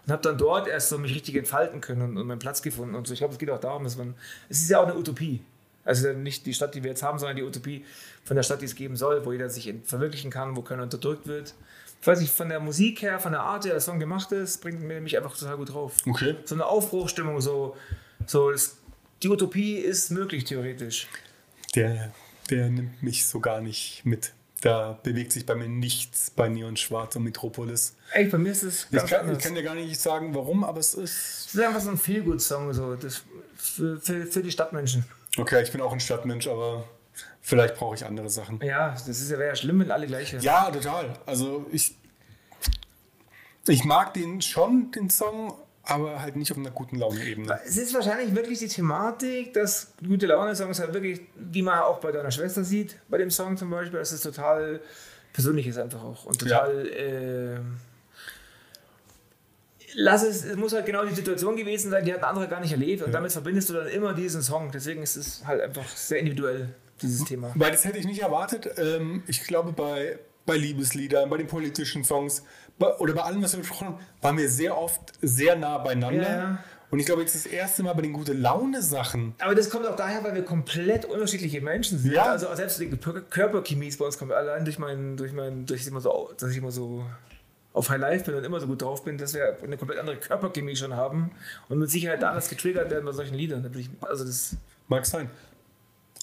und habe dann dort erst so mich richtig entfalten können und, und meinen Platz gefunden und so. Ich glaube, es geht auch darum, dass man, es ist ja auch eine Utopie. Also nicht die Stadt, die wir jetzt haben, sondern die Utopie von der Stadt, die es geben soll, wo jeder sich in- verwirklichen kann, wo keiner unterdrückt wird. Ich weiß nicht, von der Musik her, von der Art, wie der Song gemacht ist, bringt mir mich einfach total gut drauf
Okay.
so eine Aufbruchstimmung, so, so es- die Utopie ist möglich theoretisch.
Der, der nimmt mich so gar nicht mit. Da bewegt sich bei mir nichts bei Neon Schwarz und Metropolis.
Echt, bei mir ist es
Ich
ganz
kann, ich
anders.
kann dir gar nicht sagen, warum, aber es ist.
das ist einfach so ein Feelgood-Song so, das für, für, für die Stadtmenschen.
Okay, ich bin auch ein Stadtmensch, aber vielleicht brauche ich andere Sachen.
Ja, das ist ja, wäre ja schlimm, wenn alle gleich wären.
Ja, total. Also ich, ich mag den schon, den Song, aber halt nicht auf einer guten Laune-Ebene.
Es ist wahrscheinlich wirklich die Thematik, dass gute Laune-Songs halt wirklich, wie man auch bei deiner Schwester sieht, bei dem Song zum Beispiel, dass es total persönlich ist einfach auch und
Ja.
total. ähm, Lass es, es muss halt genau die Situation gewesen sein, die hat ein anderer gar nicht erlebt und damit verbindest du dann immer diesen Song. Deswegen ist es halt einfach sehr individuell, dieses Thema.
Weil das hätte ich nicht erwartet. Ähm, ich glaube, bei, bei Liebesliedern, bei den politischen Songs bei, oder bei allem, was wir besprochen haben, waren wir sehr oft sehr nah beieinander.
Ja, ja.
Und ich glaube, jetzt das erste Mal bei den gute Laune-Sachen.
Aber das kommt auch daher, weil wir komplett unterschiedliche Menschen sind.
Ja.
Also auch selbst die Kör- Körperchemie ist bei uns kommt allein durch meinen, durch meinen, durch immer so, au- dass ich immer so auf High Life bin und immer so gut drauf bin, dass wir eine komplett andere Körperchemie schon haben und mit Sicherheit anders getriggert werden bei solchen Liedern. Da bin ich- Also das,
Mag sein.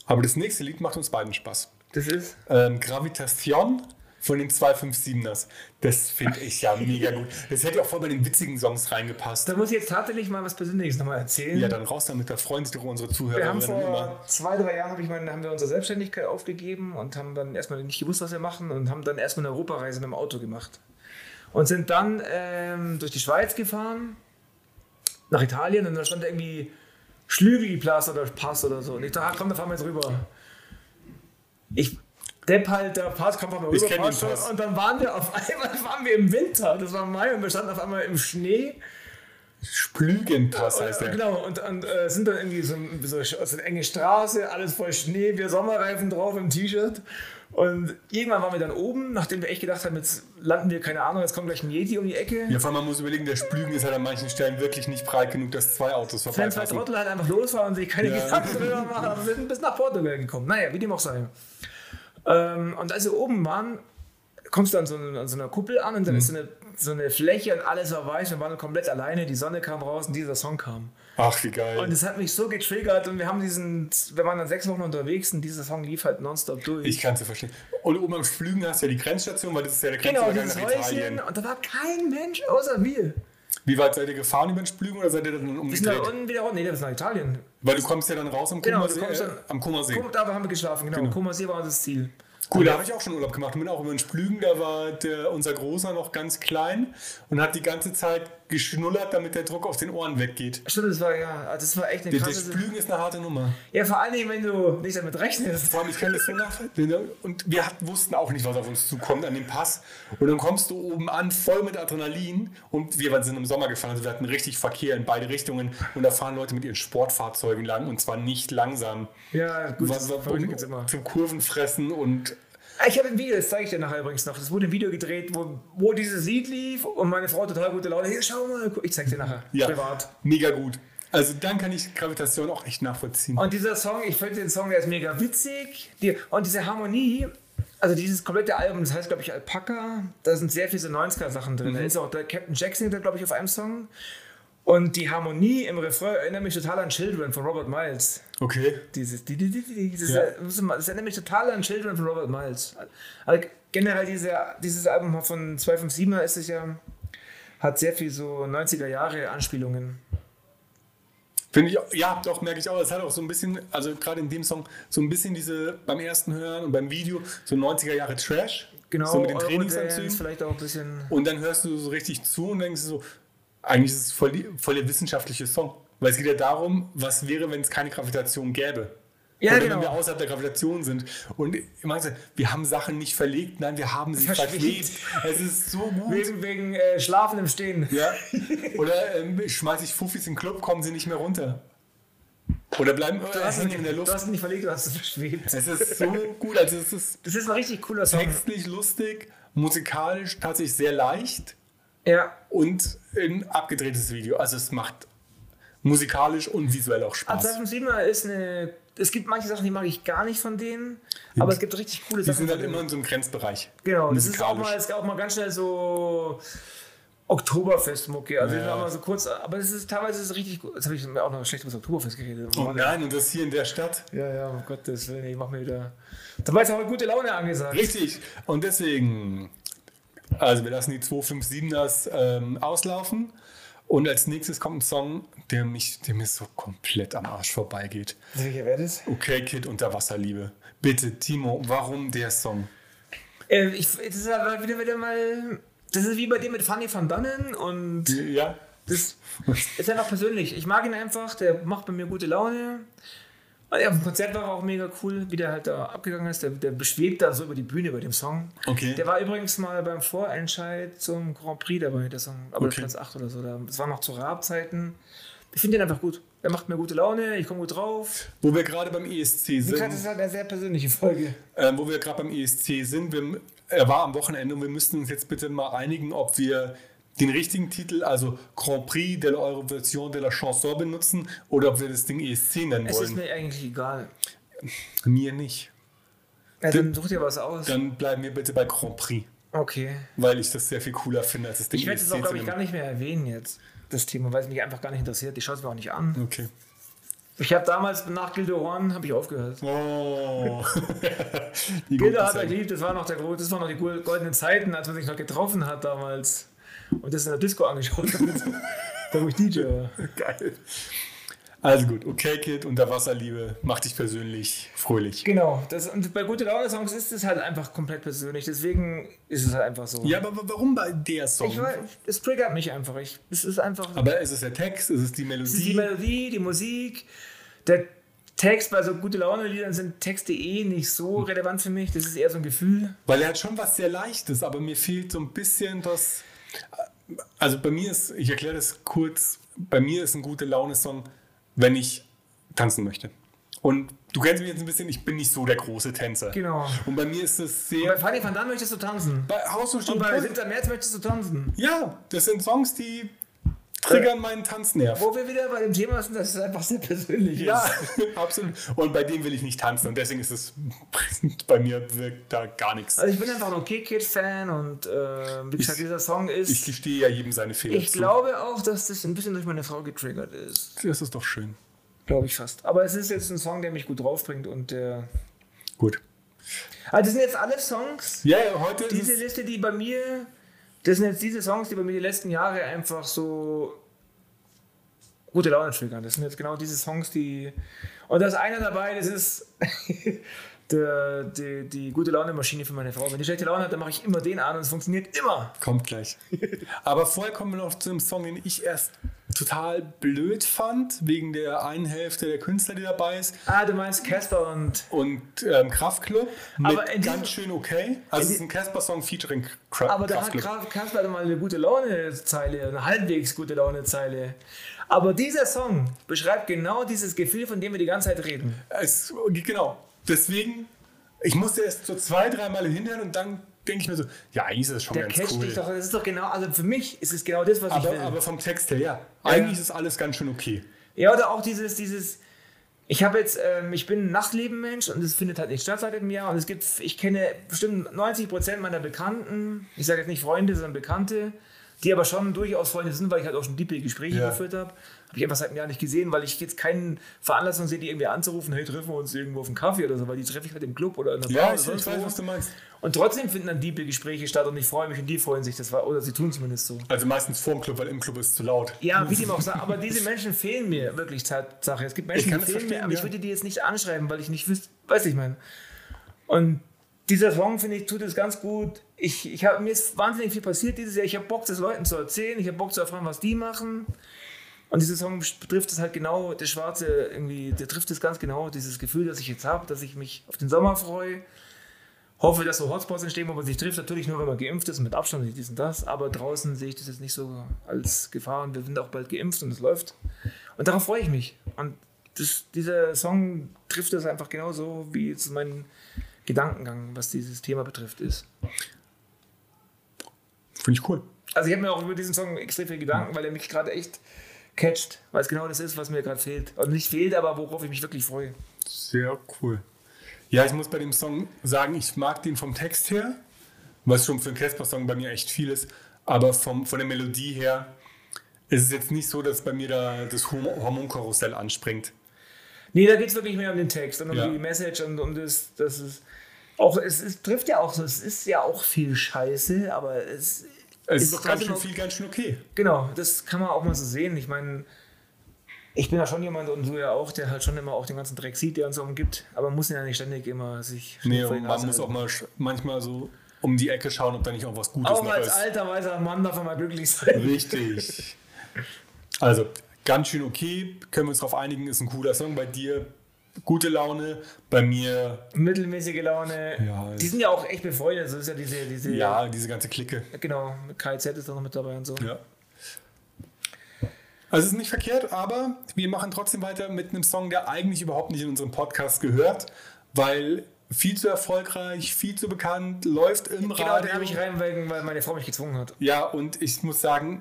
Aber das nächste Lied macht uns beiden Spaß.
das ist.
ähm, Gravitation von den 257ers. Das finde ich ja mega gut. Das hätte auch voll bei den witzigen Songs reingepasst.
Da muss ich jetzt tatsächlich mal was Persönliches nochmal erzählen.
Ja, dann raus damit, da freuen sich doch unsere
Wir haben
Zuhörerinnen immer.
vor zwei, drei Jahren hab ich meine, haben wir unsere Selbstständigkeit aufgegeben und haben dann erstmal nicht gewusst, was wir machen und haben dann erstmal eine Europareise mit dem Auto gemacht. Und sind dann ähm, durch die Schweiz gefahren, nach Italien und da stand irgendwie Schlügelplatz oder Pass oder so. Und ich dachte, ah, komm, da fahren wir jetzt rüber. Ich depp halt, der Pass kommt einfach mal
Ich
rüber.
kenn den
passt schon.
Pass.
Und dann waren wir auf einmal waren wir im Winter, das war Mai und wir standen auf einmal im Schnee.
Splügenpass heißt
Ja,
der.
Genau, und, und äh, sind dann irgendwie so, so, so eine enge Straße, alles voll Schnee, wir Sommerreifen drauf im T-Shirt. Und irgendwann waren wir dann oben, nachdem wir echt gedacht haben, jetzt landen wir, keine Ahnung, jetzt kommt gleich ein Yeti um die Ecke.
Ja, vor allem, man muss überlegen, der Splügen ist halt an manchen Stellen wirklich nicht breit genug, dass zwei Autos
Wenn zwei
vorbeipassen.
Trottel halt einfach losfahren und sich keine
Ja.
Gedanken drüber machen, aber wir sind bis nach Portugal gekommen. Naja, wie dem auch sei. Ähm, und als wir oben waren, kommst du an so, eine- an so einer Kuppel an und dann
Mhm.
ist so eine, so eine Fläche und alles war weiß. Wir waren komplett alleine, die Sonne kam raus und dieser Song kam.
Ach, wie
Und
geil.
es hat mich so getriggert und wir haben diesen, wir waren dann sechs Wochen unterwegs und dieser Song lief halt nonstop durch.
Ich kann es ja verstehen. Und oben am Splügen hast du ja die Grenzstation, weil das ist ja der
genau,
Grenzübergang
dieses
nach
Häuschen
Italien.
und da war kein Mensch außer wir.
Wie weit seid ihr gefahren über den Splügen oder seid ihr dann
Wir sind da
umgedreht?
unten wieder runter, nee, wir sind nach Italien.
Weil du kommst ja dann raus am
Genau,
Kummersee.
du kommst
äh,
dann-
am Kummersee.
Guck, da haben wir geschlafen, genau.
Genau.
genau. Kummersee war unser Ziel.
Cool, da habe ich auch schon Urlaub gemacht. Ich bin auch über den Splügen, da war der, unser Großer noch ganz klein und hat die ganze Zeit geschnullert, damit der Druck auf den Ohren weggeht.
Stimmt, das war ja, also das war echt eine
Der, der
krasse.
Splügen ist eine harte Nummer.
Ja, vor allen Dingen, wenn du nicht damit rechnest.
Vor allem, ich kann das so nachvollziehen. Und wir hatten, wussten auch nicht, was auf uns zukommt an dem Pass. Und dann kommst du oben an, voll mit Adrenalin. Und wir waren- sind im Sommer gefahren, also wir hatten richtig Verkehr in beide Richtungen. Und da fahren Leute mit ihren Sportfahrzeugen lang und zwar nicht langsam.
Ja, gut, das
Was,
ist verrückt jetzt immer.
um, zum Kurvenfressen und
Ah, Ich habe ein Video, das zeige ich dir nachher übrigens noch. Das wurde ein Video gedreht, wo, wo dieses Lied lief und meine Frau hat total gute Laune. Hier, schau mal, guck, ich zeig's dir nachher.
ja,
Privat.
mega gut. Also dann kann ich Gravitation auch echt nachvollziehen.
Und dieser Song, ich finde den Song, der ist mega witzig. Die, und diese Harmonie, also dieses komplette Album, das heißt, glaube ich,
Mhm.
Alpaca, da sind sehr viele so 90er-Sachen drin. Da ist auch der Captain Jackson, der, glaube ich, auf einem Song. Und die Harmonie im Refrain erinnert mich total an Children von Robert Miles.
Okay.
Dieses, die, die, die, die, dieses äh,
Ja.
das erinnert mich total an Children von Robert Miles. Also generell diese, dieses Album von 257er ist es ja, hat sehr viel so 90er Jahre Anspielungen.
Finde ich, auch- ja, doch, merke ich auch. Es hat auch so ein bisschen, also gerade in dem Song, so ein bisschen diese, beim ersten Hören und beim Video, so 90er Jahre Trash.
Genau,
So mit den
Eurodance,
Trainingsanzügen.
vielleicht auch ein bisschen.
Und dann hörst du so richtig zu und denkst so, eigentlich ist es voll, die- voll der wissenschaftliche Song. Weil es geht ja darum, was wäre, wenn es keine Gravitation gäbe.
Ja,
Oder
genau.
wenn wir außerhalb der Gravitation sind. Und ich meine, wir haben Sachen nicht verlegt, nein, wir haben sie
Versteht.
verklebt. Es ist so gut.
Wegen, wegen äh, Schlafen im Stehen.
Ja. Oder ähm, schmeiß ich Fuffis in den Club, kommen sie nicht mehr runter. Oder bleiben
Du hast, es
hängen
nicht,
in der
du
Luft.
hast es nicht verlegt, du hast es verschwebt.
Es ist so gut. Also es ist
Das ist ein richtig cooler Song.
textlich lustig, musikalisch tatsächlich sehr leicht
Ja,
und ein abgedrehtes Video. Also es macht musikalisch und visuell auch
Ab
Spaß.
2007er ist eine. Es gibt manche Sachen, die mag ich gar nicht von denen, aber es gibt richtig coole
Die
Sachen.
sind dann
von
immer
denen.
in so einem Grenzbereich.
genau, das ist auch
musikalisch.
mal, es gab auch mal ganz schnell so Oktoberfest-Mucke. Also
Ja.
das war mal so kurz, aber es ist teilweise ist es richtig gut. Jetzt habe ich mir auch noch schlecht über das Oktoberfest geredet.
Oh nein, und das hier in der Stadt.
Ja, ja, um Gottes Willen, ich mach mir wieder. Dabei ist aber gute Laune angesagt.
Richtig. Und deswegen, also wir lassen die 257ers ähm, auslaufen. Und als nächstes kommt ein Song, der mich, der mir so komplett am Arsch vorbeigeht.
Welcher wäre das?
Okay, Kid Unterwasserliebe. Bitte, Timo, warum der Song?
Äh, ich, das ist aber wieder, wieder mal. Das ist wie bei dem mit Fanny van Dannen und.
Ja.
Das ist einfach persönlich. Ich mag ihn einfach, der macht bei mir gute Laune. Und ja, im Konzert war er auch mega cool, wie der halt da abgegangen ist. Der, der beschwebt da so über die Bühne bei dem Song.
Okay.
Der war übrigens mal beim Vorentscheid zum Grand Prix dabei, der Song. Aber
Okay.
Platz 8 oder so. da- Das war noch zu Raab-Zeiten. Ich finde den einfach gut. Der macht mir gute Laune, ich komme gut drauf.
Wo wir gerade beim ESC
Wie gesagt, das ist
sind,
halt eine sehr persönliche Folge.
ähm, wo wir gerade beim ESC sind, wir, er war am Wochenende und wir müssten uns jetzt bitte mal einigen, ob wir den richtigen Titel, also Grand Prix de l'Eurovision de la Chanson benutzen oder ob wir das Ding ESC nennen
Es ist
wollen.
mir eigentlich egal.
Mir nicht.
Ja, dann such dir was aus.
Dann bleiben wir bitte bei Grand Prix,
Okay.
weil ich das sehr viel cooler finde als das Ding
Ich werde es auch,
ESC
glaube ich,
nennen.
gar nicht mehr erwähnen jetzt, das Thema, weil es mich einfach gar nicht interessiert. Ich schaue es mir auch nicht an.
Okay.
Ich habe damals nach Gildo Horn habe ich aufgehört.
Oh. Die guten
Gildo hat er
Zeiten.
geliebt, das war noch der Gro- das waren noch die gu- goldenen Zeiten, als man sich noch getroffen hat damals und das in der Disco angeschaut hat. da wo ich DJ war.
Geil. Also gut, okay, Kid, Unterwasserliebe, mach dich persönlich fröhlich.
Genau, das, und bei gute Laune Songs ist es halt einfach komplett persönlich, deswegen ist es halt einfach so.
Ja, aber wa- warum bei der Song?
ich weiß, es triggert mich einfach. Ich, es ist einfach
aber ist es der Text, ist es die
es ist
Melodie?
die Melodie, die Musik, der Text bei so gute Laune Liedern sind Texte eh nicht so
Hm.
relevant für mich, das ist eher so ein Gefühl.
Weil er hat schon was sehr Leichtes, aber mir fehlt so ein bisschen das. Also bei mir ist, ich erkläre das kurz, bei mir ist ein gute Laune-Song, wenn ich tanzen möchte. Und du kennst mich jetzt ein bisschen, ich bin nicht so der große Tänzer.
Genau.
Und bei mir ist es
Bei
sehr.
Fanny van Damme möchtest du tanzen.
Bei Haus und
Und
Stuhl-
bei 7. März möchtest du tanzen.
Ja, das sind Songs, die triggern meinen Tanznerv.
Wo wir wieder bei dem Thema sind, dass es einfach sehr persönlich
Ja,
ist.
absolut. Und bei dem will ich nicht tanzen und deswegen ist es bei mir wirkt da gar nichts.
Also ich bin einfach ein Okay-Kid-Fan und äh, wie gesagt, dieser Song ist.
Ich
Ich,
gestehe ja jedem seine Fehler. zu.
glaube auch, dass das ein bisschen durch meine Frau getriggert ist.
das ist doch schön.
Glaube ich fast. Aber es ist jetzt ein Song, der mich gut draufbringt und der.
Gut.
Also das sind jetzt alle Songs.
Ja, ja, heute ist
Diese
es,
Liste, die bei mir. Das sind jetzt diese Songs, die bei mir die letzten Jahre einfach so gute Laune triggern. Das sind jetzt genau diese Songs, die. Und da ist einer dabei, das ist der, die, die gute Laune-Maschine für meine Frau. Wenn die schlechte Laune hat, dann mache ich immer den an und es funktioniert immer.
kommt gleich. Aber vorher kommen wir noch zu einem Song, den ich erst total blöd fand, wegen der einen Hälfte der Künstler, die dabei ist.
Ah, du meinst Casper und.
Und ähm, Kraftklub mit
Aber in diesem-
ganz schön okay. Also es ist ein Casper-Song featuring Kra
Aber da hat
Kraftklub.
Graf Kasper mal eine gute Laune-Zeile, eine halbwegs gute Laune-Zeile. Aber dieser Song beschreibt genau dieses Gefühl, von dem wir die ganze Zeit reden.
Es, genau. Deswegen, ich musste erst so zwei, dreimal hinhören und dann denke ich mir so, ja, eigentlich ist das schon
Der
ganz
catcht
cool.
dich doch, das ist doch genau, also für mich ist es genau das, was ich will.
aber, aber vom Text her, ja. Eigentlich ist alles ganz schön okay.
Ja, oder auch dieses, dieses, ich habe jetzt, ähm, ich bin ein Nachtlebenmensch und es findet halt nicht statt seit dem Jahr. Und es gibt, ich kenne bestimmt 90% meiner Bekannten, ich sage jetzt nicht Freunde, sondern Bekannte, die aber schon durchaus Freunde sind, weil ich halt auch schon diepe Gespräche
Ja.
geführt habe. Habe ich einfach seit einem Jahr nicht gesehen, weil ich jetzt keinen Veranlassung sehe, die irgendwie anzurufen, hey, treffen wir uns irgendwo auf einen Kaffee oder so, weil die treffe ich halt im Club oder in der Bar
Ja,
oder
ich, ich
sonst
weiß,
wo.
was du meinst.
Und trotzdem finden dann diepe Gespräche statt und ich freue mich und die freuen sich, das war, oder sie tun zumindest so.
Also meistens vorm Club, weil im Club ist es zu laut.
Ja, wie dem auch sei, aber diese Menschen fehlen mir wirklich Tatsache. Es gibt
Ich
Menschen,
kann
die
das
fehlen mir,
verstehen,
aber ich
ja.
würde die jetzt nicht anschreiben, weil ich nicht wüsste, weiß ich meine. Und dieser Song, finde ich, tut es ganz gut. Ich, ich hab, mir ist wahnsinnig viel passiert dieses Jahr. Ich habe Bock, das Leuten zu erzählen. Ich habe Bock zu erfahren, was die machen. Und dieser Song trifft es halt genau, der Schwarze, irgendwie, der trifft es ganz genau, dieses Gefühl, das ich jetzt habe, dass ich mich auf den Sommer freue. Hoffe, dass so Hotspots entstehen, wo man sich trifft. Natürlich nur, wenn man geimpft ist, mit Abstand und dies und das. Aber draußen sehe ich das jetzt nicht so als Gefahr und wir sind auch bald geimpft und es läuft. Und darauf freue ich mich. Und das, dieser Song trifft das einfach genauso, wie jetzt mein Gedankengang, was dieses Thema betrifft, ist.
Finde ich cool.
Also ich habe mir auch über diesen Song extrem viel Gedanken, weil er mich gerade echt catcht, weil es genau das ist, was mir gerade fehlt. Und nicht fehlt, aber worauf ich mich wirklich freue.
Sehr cool. Ja, ich muss bei dem Song sagen, ich mag den vom Text her, was schon für einen Casper-Song bei mir echt viel ist, aber vom, von der Melodie her ist es jetzt nicht so, dass bei mir da das Horm- Hormonkarussell anspringt.
Nee, da geht es wirklich mehr um den Text und um
Ja.
die Message und um das, das ist auch, es ist, trifft ja auch so, es ist ja auch viel Scheiße, aber es
Es
Ist
ist,
doch
doch ganz
ganz
schön
in
viel, ganz schön okay.
Genau, das kann man auch mal so sehen. Ich meine, ich bin ja schon jemand und du ja auch, der halt schon immer auch den ganzen Dreck sieht, der uns umgibt. Aber man muss ihn ja nicht ständig immer sich.
Nee,
vor die
und man
Nase
muss auch
halten.
mal sch- manchmal so um die Ecke schauen, ob da nicht auch was Gutes
Auch
noch
als
ist.
alter, weiser Mann darf man mal glücklich sein.
Richtig. Also, ganz schön okay, können wir uns darauf einigen, ist ein cooler Song bei dir. Gute Laune, bei mir,
Mittelmäßige Laune.
Ja,
die sind ja auch echt befreundet. So ist ja diese. diese
ja, diese ganze Clique.
Genau, KZ ist da noch mit dabei und so.
Ja. Also es ist nicht verkehrt, aber wir machen trotzdem weiter mit einem Song, der eigentlich überhaupt nicht in unserem Podcast gehört, weil viel zu erfolgreich, viel zu bekannt, läuft im
Genau,
Radio.
den habe ich rein, weil weil meine Frau mich gezwungen hat.
Ja, und ich muss sagen,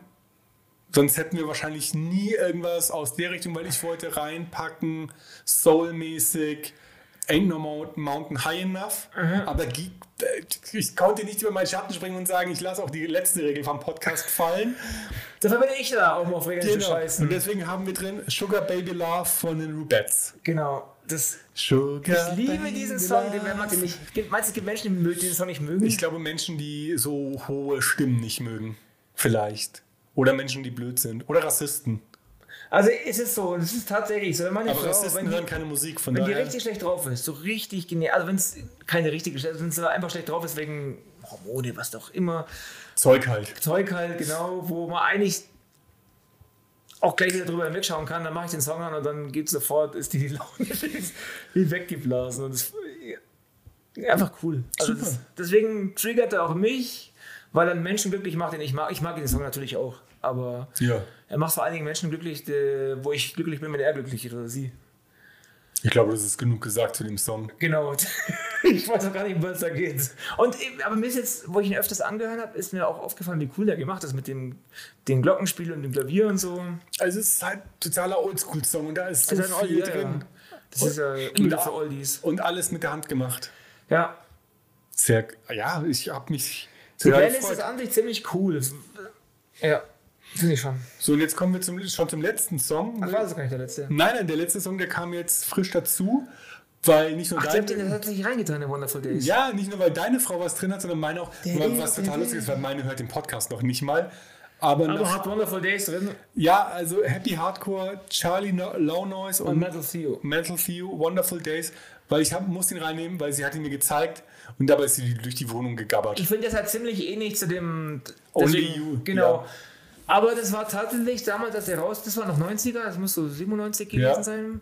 sonst hätten wir wahrscheinlich nie irgendwas aus der Richtung, weil ich wollte reinpacken, soulmäßig, Ain't No Mount- Mountain High Enough,
Mhm.
aber gi- äh, ich konnte nicht über meinen Schatten springen und sagen, ich lasse auch die letzte Regel vom Podcast fallen.
Dafür bin ich da, um auf Regeln zu
Genau.
scheißen.
Und deswegen haben wir drin Sugar Baby Love von den Rubettes.
genau, das
Sugar
Ich liebe diesen Song, den mag den nicht. Gibt- Meinst du, es gibt Menschen, die mögen- den Song nicht mögen?
Ich glaube, Menschen, die so hohe Stimmen nicht mögen, vielleicht. Oder Menschen, die blöd sind. Oder Rassisten.
Also es ist so, es ist tatsächlich so. Wenn meine
Aber
Frau,
Rassisten
wenn die,
hören keine Musik, von
wenn die
daher.
richtig schlecht drauf ist, so richtig genial, also wenn es keine richtige, schlecht- wenn es einfach schlecht drauf ist wegen Hormone, was doch immer,
Zeug halt.
Zeug halt, genau, wo man eigentlich auch gleich wieder drüber hinwegschauen kann, dann mache ich den Song an und dann geht sofort, ist die, die Laune wie weggeblasen. Und das, einfach cool. Also
Super.
das, deswegen triggert er auch mich, weil er einen Menschen glücklich macht, den ich mag. Ich mag den Song natürlich auch, aber
Ja.
er macht vor einigen Menschen glücklich, die- wo ich glücklich bin, wenn er glücklich ist oder sie.
Ich glaube, das ist genug gesagt zu dem Song.
Genau. Ich weiß auch gar nicht, um was da geht. Und, eben- aber mir ist jetzt, wo ich ihn öfters angehört habe, ist mir auch aufgefallen, wie cool er gemacht ist mit dem, dem Glockenspiel und dem Klavier und so. Also,
Also es ist halt totaler Oldschool-Song und da ist so
Das ist ein
viel
Oldie, ja,
drin.
ja. Das ist ja
Und,
Lieder für Oldies.
und alles mit der Hand gemacht.
Ja.
Sehr, ja, ich habe mich
Die
sehr
Playlist
gefreut.
ist an sich ziemlich cool. Ja, finde ich schon.
So, und jetzt kommen wir zum, schon zum letzten Song.
Das war so gar nicht der letzte.
Nein, nein, der letzte Song, der kam jetzt frisch dazu, weil nicht nur
Ach, der hat den
deine,
tatsächlich reingetan in Wonderful Days.
ja, nicht nur weil deine Frau was drin hat, sondern meine auch,
der-
was
der-
total lustig ist, weil meine hört den Podcast noch nicht mal. Aber,
Aber
noch,
hat Wonderful Days drin
ja, also Happy Hardcore, Charlie no Low Noise
und
und
Metal Theo.
Mental Theo, Wonderful Days, weil ich hab, muss ihn reinnehmen, weil sie hat ihn mir gezeigt und dabei ist sie durch die Wohnung gegabbert.
Ich finde, das hat ziemlich ähnlich zu dem.
Only
deswegen-
You,
Genau.
ja.
Aber das war tatsächlich damals, dass er raus, das war noch 90er, das muss so 97 gewesen
Ja.
sein.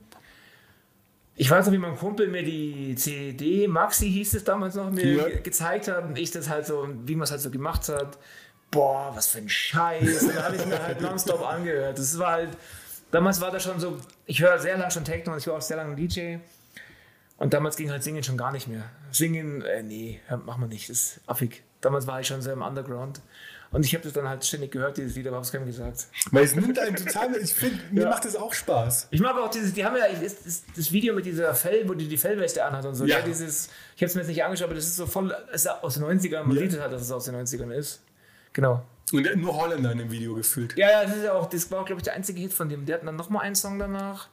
Ich weiß noch, wie mein Kumpel mir die CD, Maxi hieß es damals noch, mir
Ja.
ge- gezeigt hat und ich das halt so, wie man es halt so gemacht hat. Boah, was für ein Scheiß. Und dann habe ich mir halt nonstop angehört. Das war halt, damals war das schon so, ich höre sehr lange schon Techno und ich war auch sehr lange DJ. Und damals ging halt Singen schon gar nicht mehr. Singen, äh, nee, hör- machen wir nicht, ist affig. Damals war ich schon sehr im Underground. Und ich habe das dann halt ständig gehört, dieses Lied, aber hab's keinem gesagt.
Weil es nimmt einen total, ich finde, mir macht es auch Spaß.
Ich mag auch dieses, die haben ja ich- ist, ist, das Video mit dieser Fell, wo die die Fellweste anhat und so. Ja.
Ja.
dieses, ich habe es mir jetzt nicht angeschaut, aber das ist so voll, ist ja aus den 90ern, man
Ja.
sieht es halt, dass es aus den 90ern ist. Genau.
Und nur Holländer in dem Video gefühlt.
Ja, ja, das ist ja auch, das war, glaube ich, der einzige Hit von dem. Die hatten dann nochmal einen Song danach.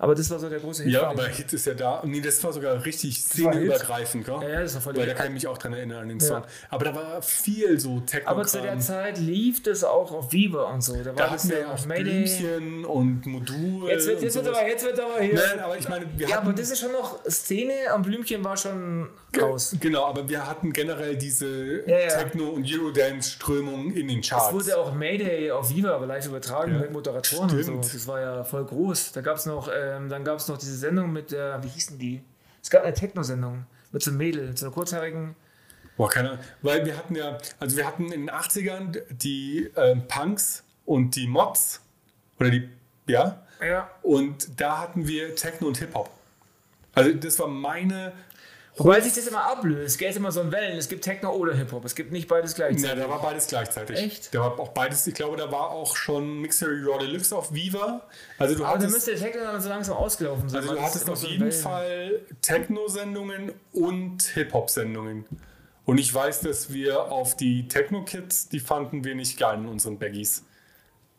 Aber das war so der große Hit.
Ja,
von dem.
aber Hit ist ja da. Nee, das war sogar richtig
war
szeneübergreifend, gell?
Ja, ja, das war voll der
Weil da
Hit.
kann ich mich auch dran erinnern an den
Ja.
Song. Aber da war viel so techno
aber zu der Zeit lief das auch auf Viva und so. Da war
Da
das
hatten wir ja
auf
auch Blümchen und Modul.
Jetzt wird, jetzt
und sowas.
wird
Ne?
aber, jetzt wird aber hier.
Nein, aber ich meine, wir
ja, aber
hatten.
das ist schon noch Szene am Blümchen war schon raus.
Genau, aber wir hatten generell diese
Ja, ja.
Techno- und Eurodance-Strömung in den
Es
Charts.
wurde auch Mayday auf Viva aber live übertragen
Ja.
mit Moderatoren und
Stimmt.
so. Das war ja voll groß. Da gab es noch, ähm, dann gab es noch diese Sendung mit der, wie hießen die? Es gab eine Techno-Sendung mit so einem Mädel, so einer kurzhaarigen.
Boah, keine Ahnung. Weil wir hatten ja, also wir hatten in den 80ern die ähm, Punks und die Mods. Oder die, ja.
Ja.
Und da hatten wir Techno und Hip-Hop. Also das war meine,
Wobei sich das immer ablöst. Es geht immer so in Wellen. Es gibt Techno oder Hip-Hop. Es gibt nicht beides gleich.
na, da war beides gleichzeitig.
Echt?
Da war auch beides, ich glaube, da war auch schon Mixery Raw Deluxe auf Viva. Also du
Aber dann
hattest,
müsste der Techno dann so langsam ausgelaufen sein.
also du
weil das
hattest
immer
auf
so in
jeden
Wellen.
Fall Techno-Sendungen und Hip-Hop-Sendungen. Und ich weiß, dass wir auf die Techno-Kids, die fanden wir nicht geil in unseren Baggies.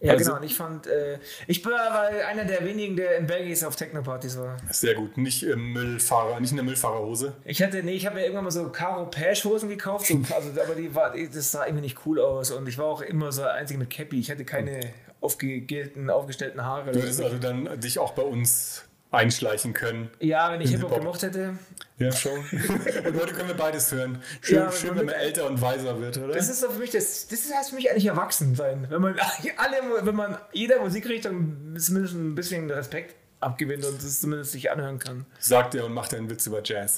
Ja,
Also-
genau. Und ich fand, äh, ich bin aber einer der wenigen, der in Belgies auf Techno-Partys war.
Sehr gut. Nicht im Müllfahrer, nicht in der Müllfahrerhose.
Ich hatte, nee, ich habe mir irgendwann mal so Caro Pash Hosen gekauft, so, also, aber die war, das sah irgendwie nicht cool aus und ich war auch immer so der Einzige mit Cappy. Ich hatte keine aufgegelten, aufgestellten Haare.
Du hättest also dann dich auch bei uns einschleichen können.
Ja, wenn ich Hip-Hop
Hip-Hop.
gemocht hätte.
Ja, schon. und heute können wir beides hören. Schön,
Ja,
schön
mit-
wenn man älter und weiser wird, oder?
Das ist so für mich, das, das ist- heißt für mich eigentlich erwachsen sein. Wenn man alle, wenn man jeder Musikrichtung zumindest ein bisschen Respekt abgewinnt und es zumindest sich anhören kann.
Sagt er und macht einen Witz über Jazz.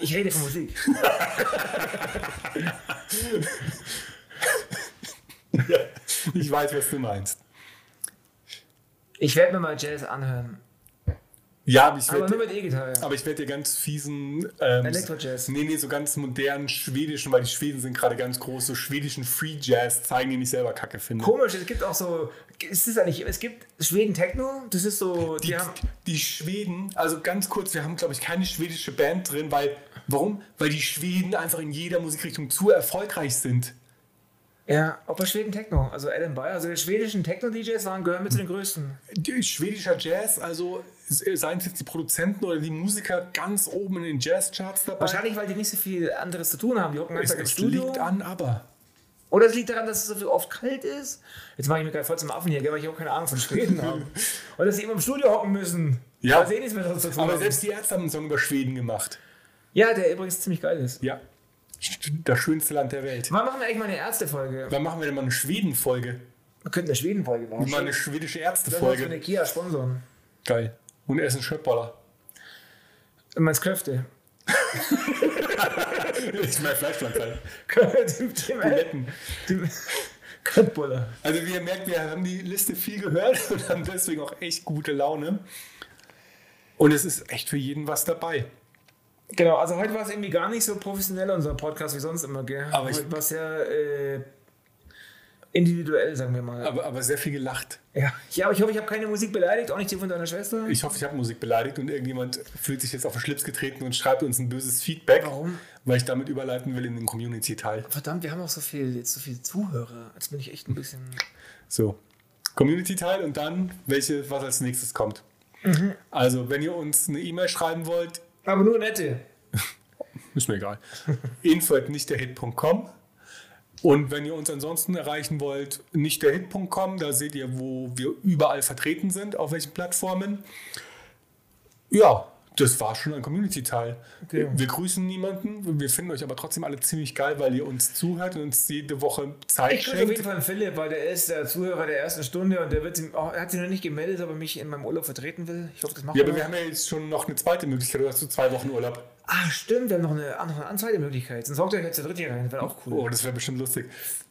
Ich rede von Musik.
ich weiß, was du meinst.
Ich werde mir mal Jazz anhören.
Ja, aber ich
Aber nur
werde
mit E-Gitarre.
aber ich werd dir ganz fiesen. Ähm,
Elektro-Jazz.
Nee, nee, so ganz modernen schwedischen, weil die Schweden sind gerade ganz groß, so schwedischen Free Jazz zeigen, den ich selber kacke finde.
Komisch, es gibt auch so. Ist das eigentlich. Es gibt Schweden Techno, das ist so. Die,
Die,
haben.
die Schweden, also ganz kurz, wir haben, glaube ich, keine schwedische Band drin, weil, warum? Weil die Schweden einfach in jeder Musikrichtung zu erfolgreich sind.
Ja, auch bei Schweden Techno. Also Alan Bayer, also die schwedischen Techno-DJs waren, gehören mit zu den größten.
Die- Schwedischer Jazz, also seien es jetzt die Produzenten oder die Musiker ganz oben in den Jazzcharts dabei.
Wahrscheinlich, weil die nicht so viel anderes zu tun haben. Die hocken
es,
einfach im
es
Studio.
liegt an, aber.
Oder es liegt daran, dass es so viel oft kalt ist. Jetzt mache ich mich gerade voll zum Affen hier, gell, weil ich auch keine Ahnung von Schweden habe. Und dass sie immer im Studio hocken müssen.
Ja.
Weil sie eh nichts mehr sonst zu tun
Aber
haben.
selbst die Ärzte haben einen Song über Schweden gemacht.
Ja, der übrigens ziemlich geil ist.
Ja. Das schönste Land der Welt.
Wann machen wir eigentlich mal eine Ärztefolge?
Wann machen wir denn mal eine Schweden-Folge?
Wir könnten eine Schweden-Folge machen.
Mal eine schwedische
Dann müssen wir eine
Ärzte-Folge.
Kia sponsoren.
Geil. Und essen Schöttboller.
Du meinst Köfte.
Ich meine Fleischpflanze.
Dem- dem- dem- Köttbuller.
Also wie ihr merkt, wir haben die Liste viel gehört und haben deswegen auch echt gute Laune. Und es ist echt für jeden was dabei.
Genau, also heute war es irgendwie gar nicht so professionell, unser Podcast, wie sonst immer, gell?
Aber ich-
heute war es ja äh, individuell, sagen wir mal.
Aber, aber sehr viel gelacht.
ja. ja, aber ich hoffe, ich habe keine Musik beleidigt, auch nicht die von deiner Schwester.
Ich hoffe, ich habe Musik beleidigt und irgendjemand fühlt sich jetzt auf den Schlips getreten und schreibt uns ein böses Feedback.
Warum?
Weil ich damit überleiten will in den Community-Teil.
Verdammt, wir haben auch so viel, jetzt so viele Zuhörer. Jetzt bin ich echt ein bisschen.
So, Community-Teil und dann, welche, was als nächstes kommt.
Mhm.
Also, wenn ihr uns eine E-Mail schreiben wollt,
Aber nur nette.
ist mir egal. Info at nichtderhit.com. Und wenn ihr uns ansonsten erreichen wollt, nichtderhit.com, da seht ihr, wo wir überall vertreten sind, auf welchen Plattformen. Ja, das war schon ein Community-Teil.
Okay.
Wir grüßen niemanden, wir finden euch aber trotzdem alle ziemlich geil, weil ihr uns zuhört und uns jede Woche Zeit
Ich grüße auf jeden
schenkt.
Fall Philipp, weil der ist der Zuhörer der ersten Stunde und der wird sich- oh, er hat sich noch nicht gemeldet, ob er mich in meinem Urlaub vertreten will. Ich hoffe, das macht
Ja,
er.
aber wir haben ja jetzt schon noch eine zweite Möglichkeit, du hast so zwei Wochen Urlaub.
Ah, stimmt, wir haben noch eine, noch eine zweite Möglichkeit. Sonst hockt ihr euch jetzt der dritte hier rein, wäre auch cool.
Oh, das wäre bestimmt lustig.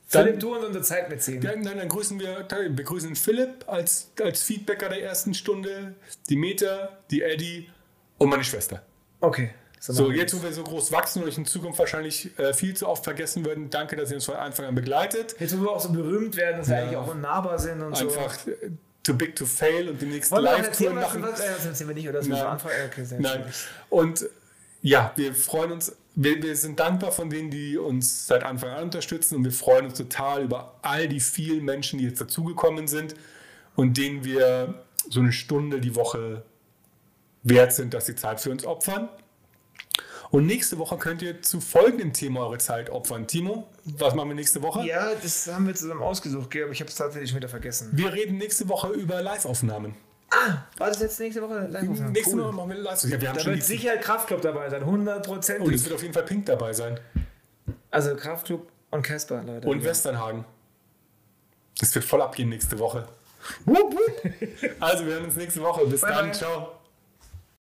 Philipp,
Dann,
du und unsere Zeit mitziehen.
dann, dann, dann grüßen wir, wir grüßen Philipp als, als Feedbacker der ersten Stunde, die Meta, die Eddie und meine Schwester.
Okay.
So, jetzt, wo wir so groß wachsen und euch in Zukunft wahrscheinlich äh, viel zu oft vergessen würden, danke, dass ihr uns von Anfang an begleitet.
Jetzt, wo wir auch so berühmt werden, dass wir eigentlich auch unnahbar sind und so.
Einfach äh, too big to fail und demnächst
Wollen wir noch
Live-Touren
erzählen, was,
machen.
was, äh, das erzählen wir nicht, oder? Das müssen wir
Nein.
anfangen. Okay, sehr
Nein.
schön.
Und ja, wir freuen uns, wir, wir sind dankbar von denen, die uns seit Anfang an unterstützen und wir freuen uns total über all die vielen Menschen, die jetzt dazugekommen sind und denen wir so eine Stunde die Woche wert sind, dass sie Zeit für uns opfern. Und nächste Woche könnt ihr zu folgendem Thema eure Zeit opfern. Timo, was machen wir nächste Woche?
Ja, das haben wir zusammen ausgesucht, gell, aber ich habe es tatsächlich schon wieder vergessen.
Wir reden nächste Woche über Live-Aufnahmen.
War das jetzt nächste Woche? Live-Aufnahme?
Nächste
Cool.
Woche machen wir Live. Ja, wir haben
Da
schon die Oh,
wird sicher Kraftclub dabei sein,
und es
hundertprozentig.
wird auf jeden Fall Pink dabei sein.
Also Kraftclub und Casper, Leute.
Und Westernhagen. Es wird voll abgehen nächste Woche. Wupp, wupp. also, wir hören uns nächste Woche. Bis
Bye,
dann.
bye.
Ciao.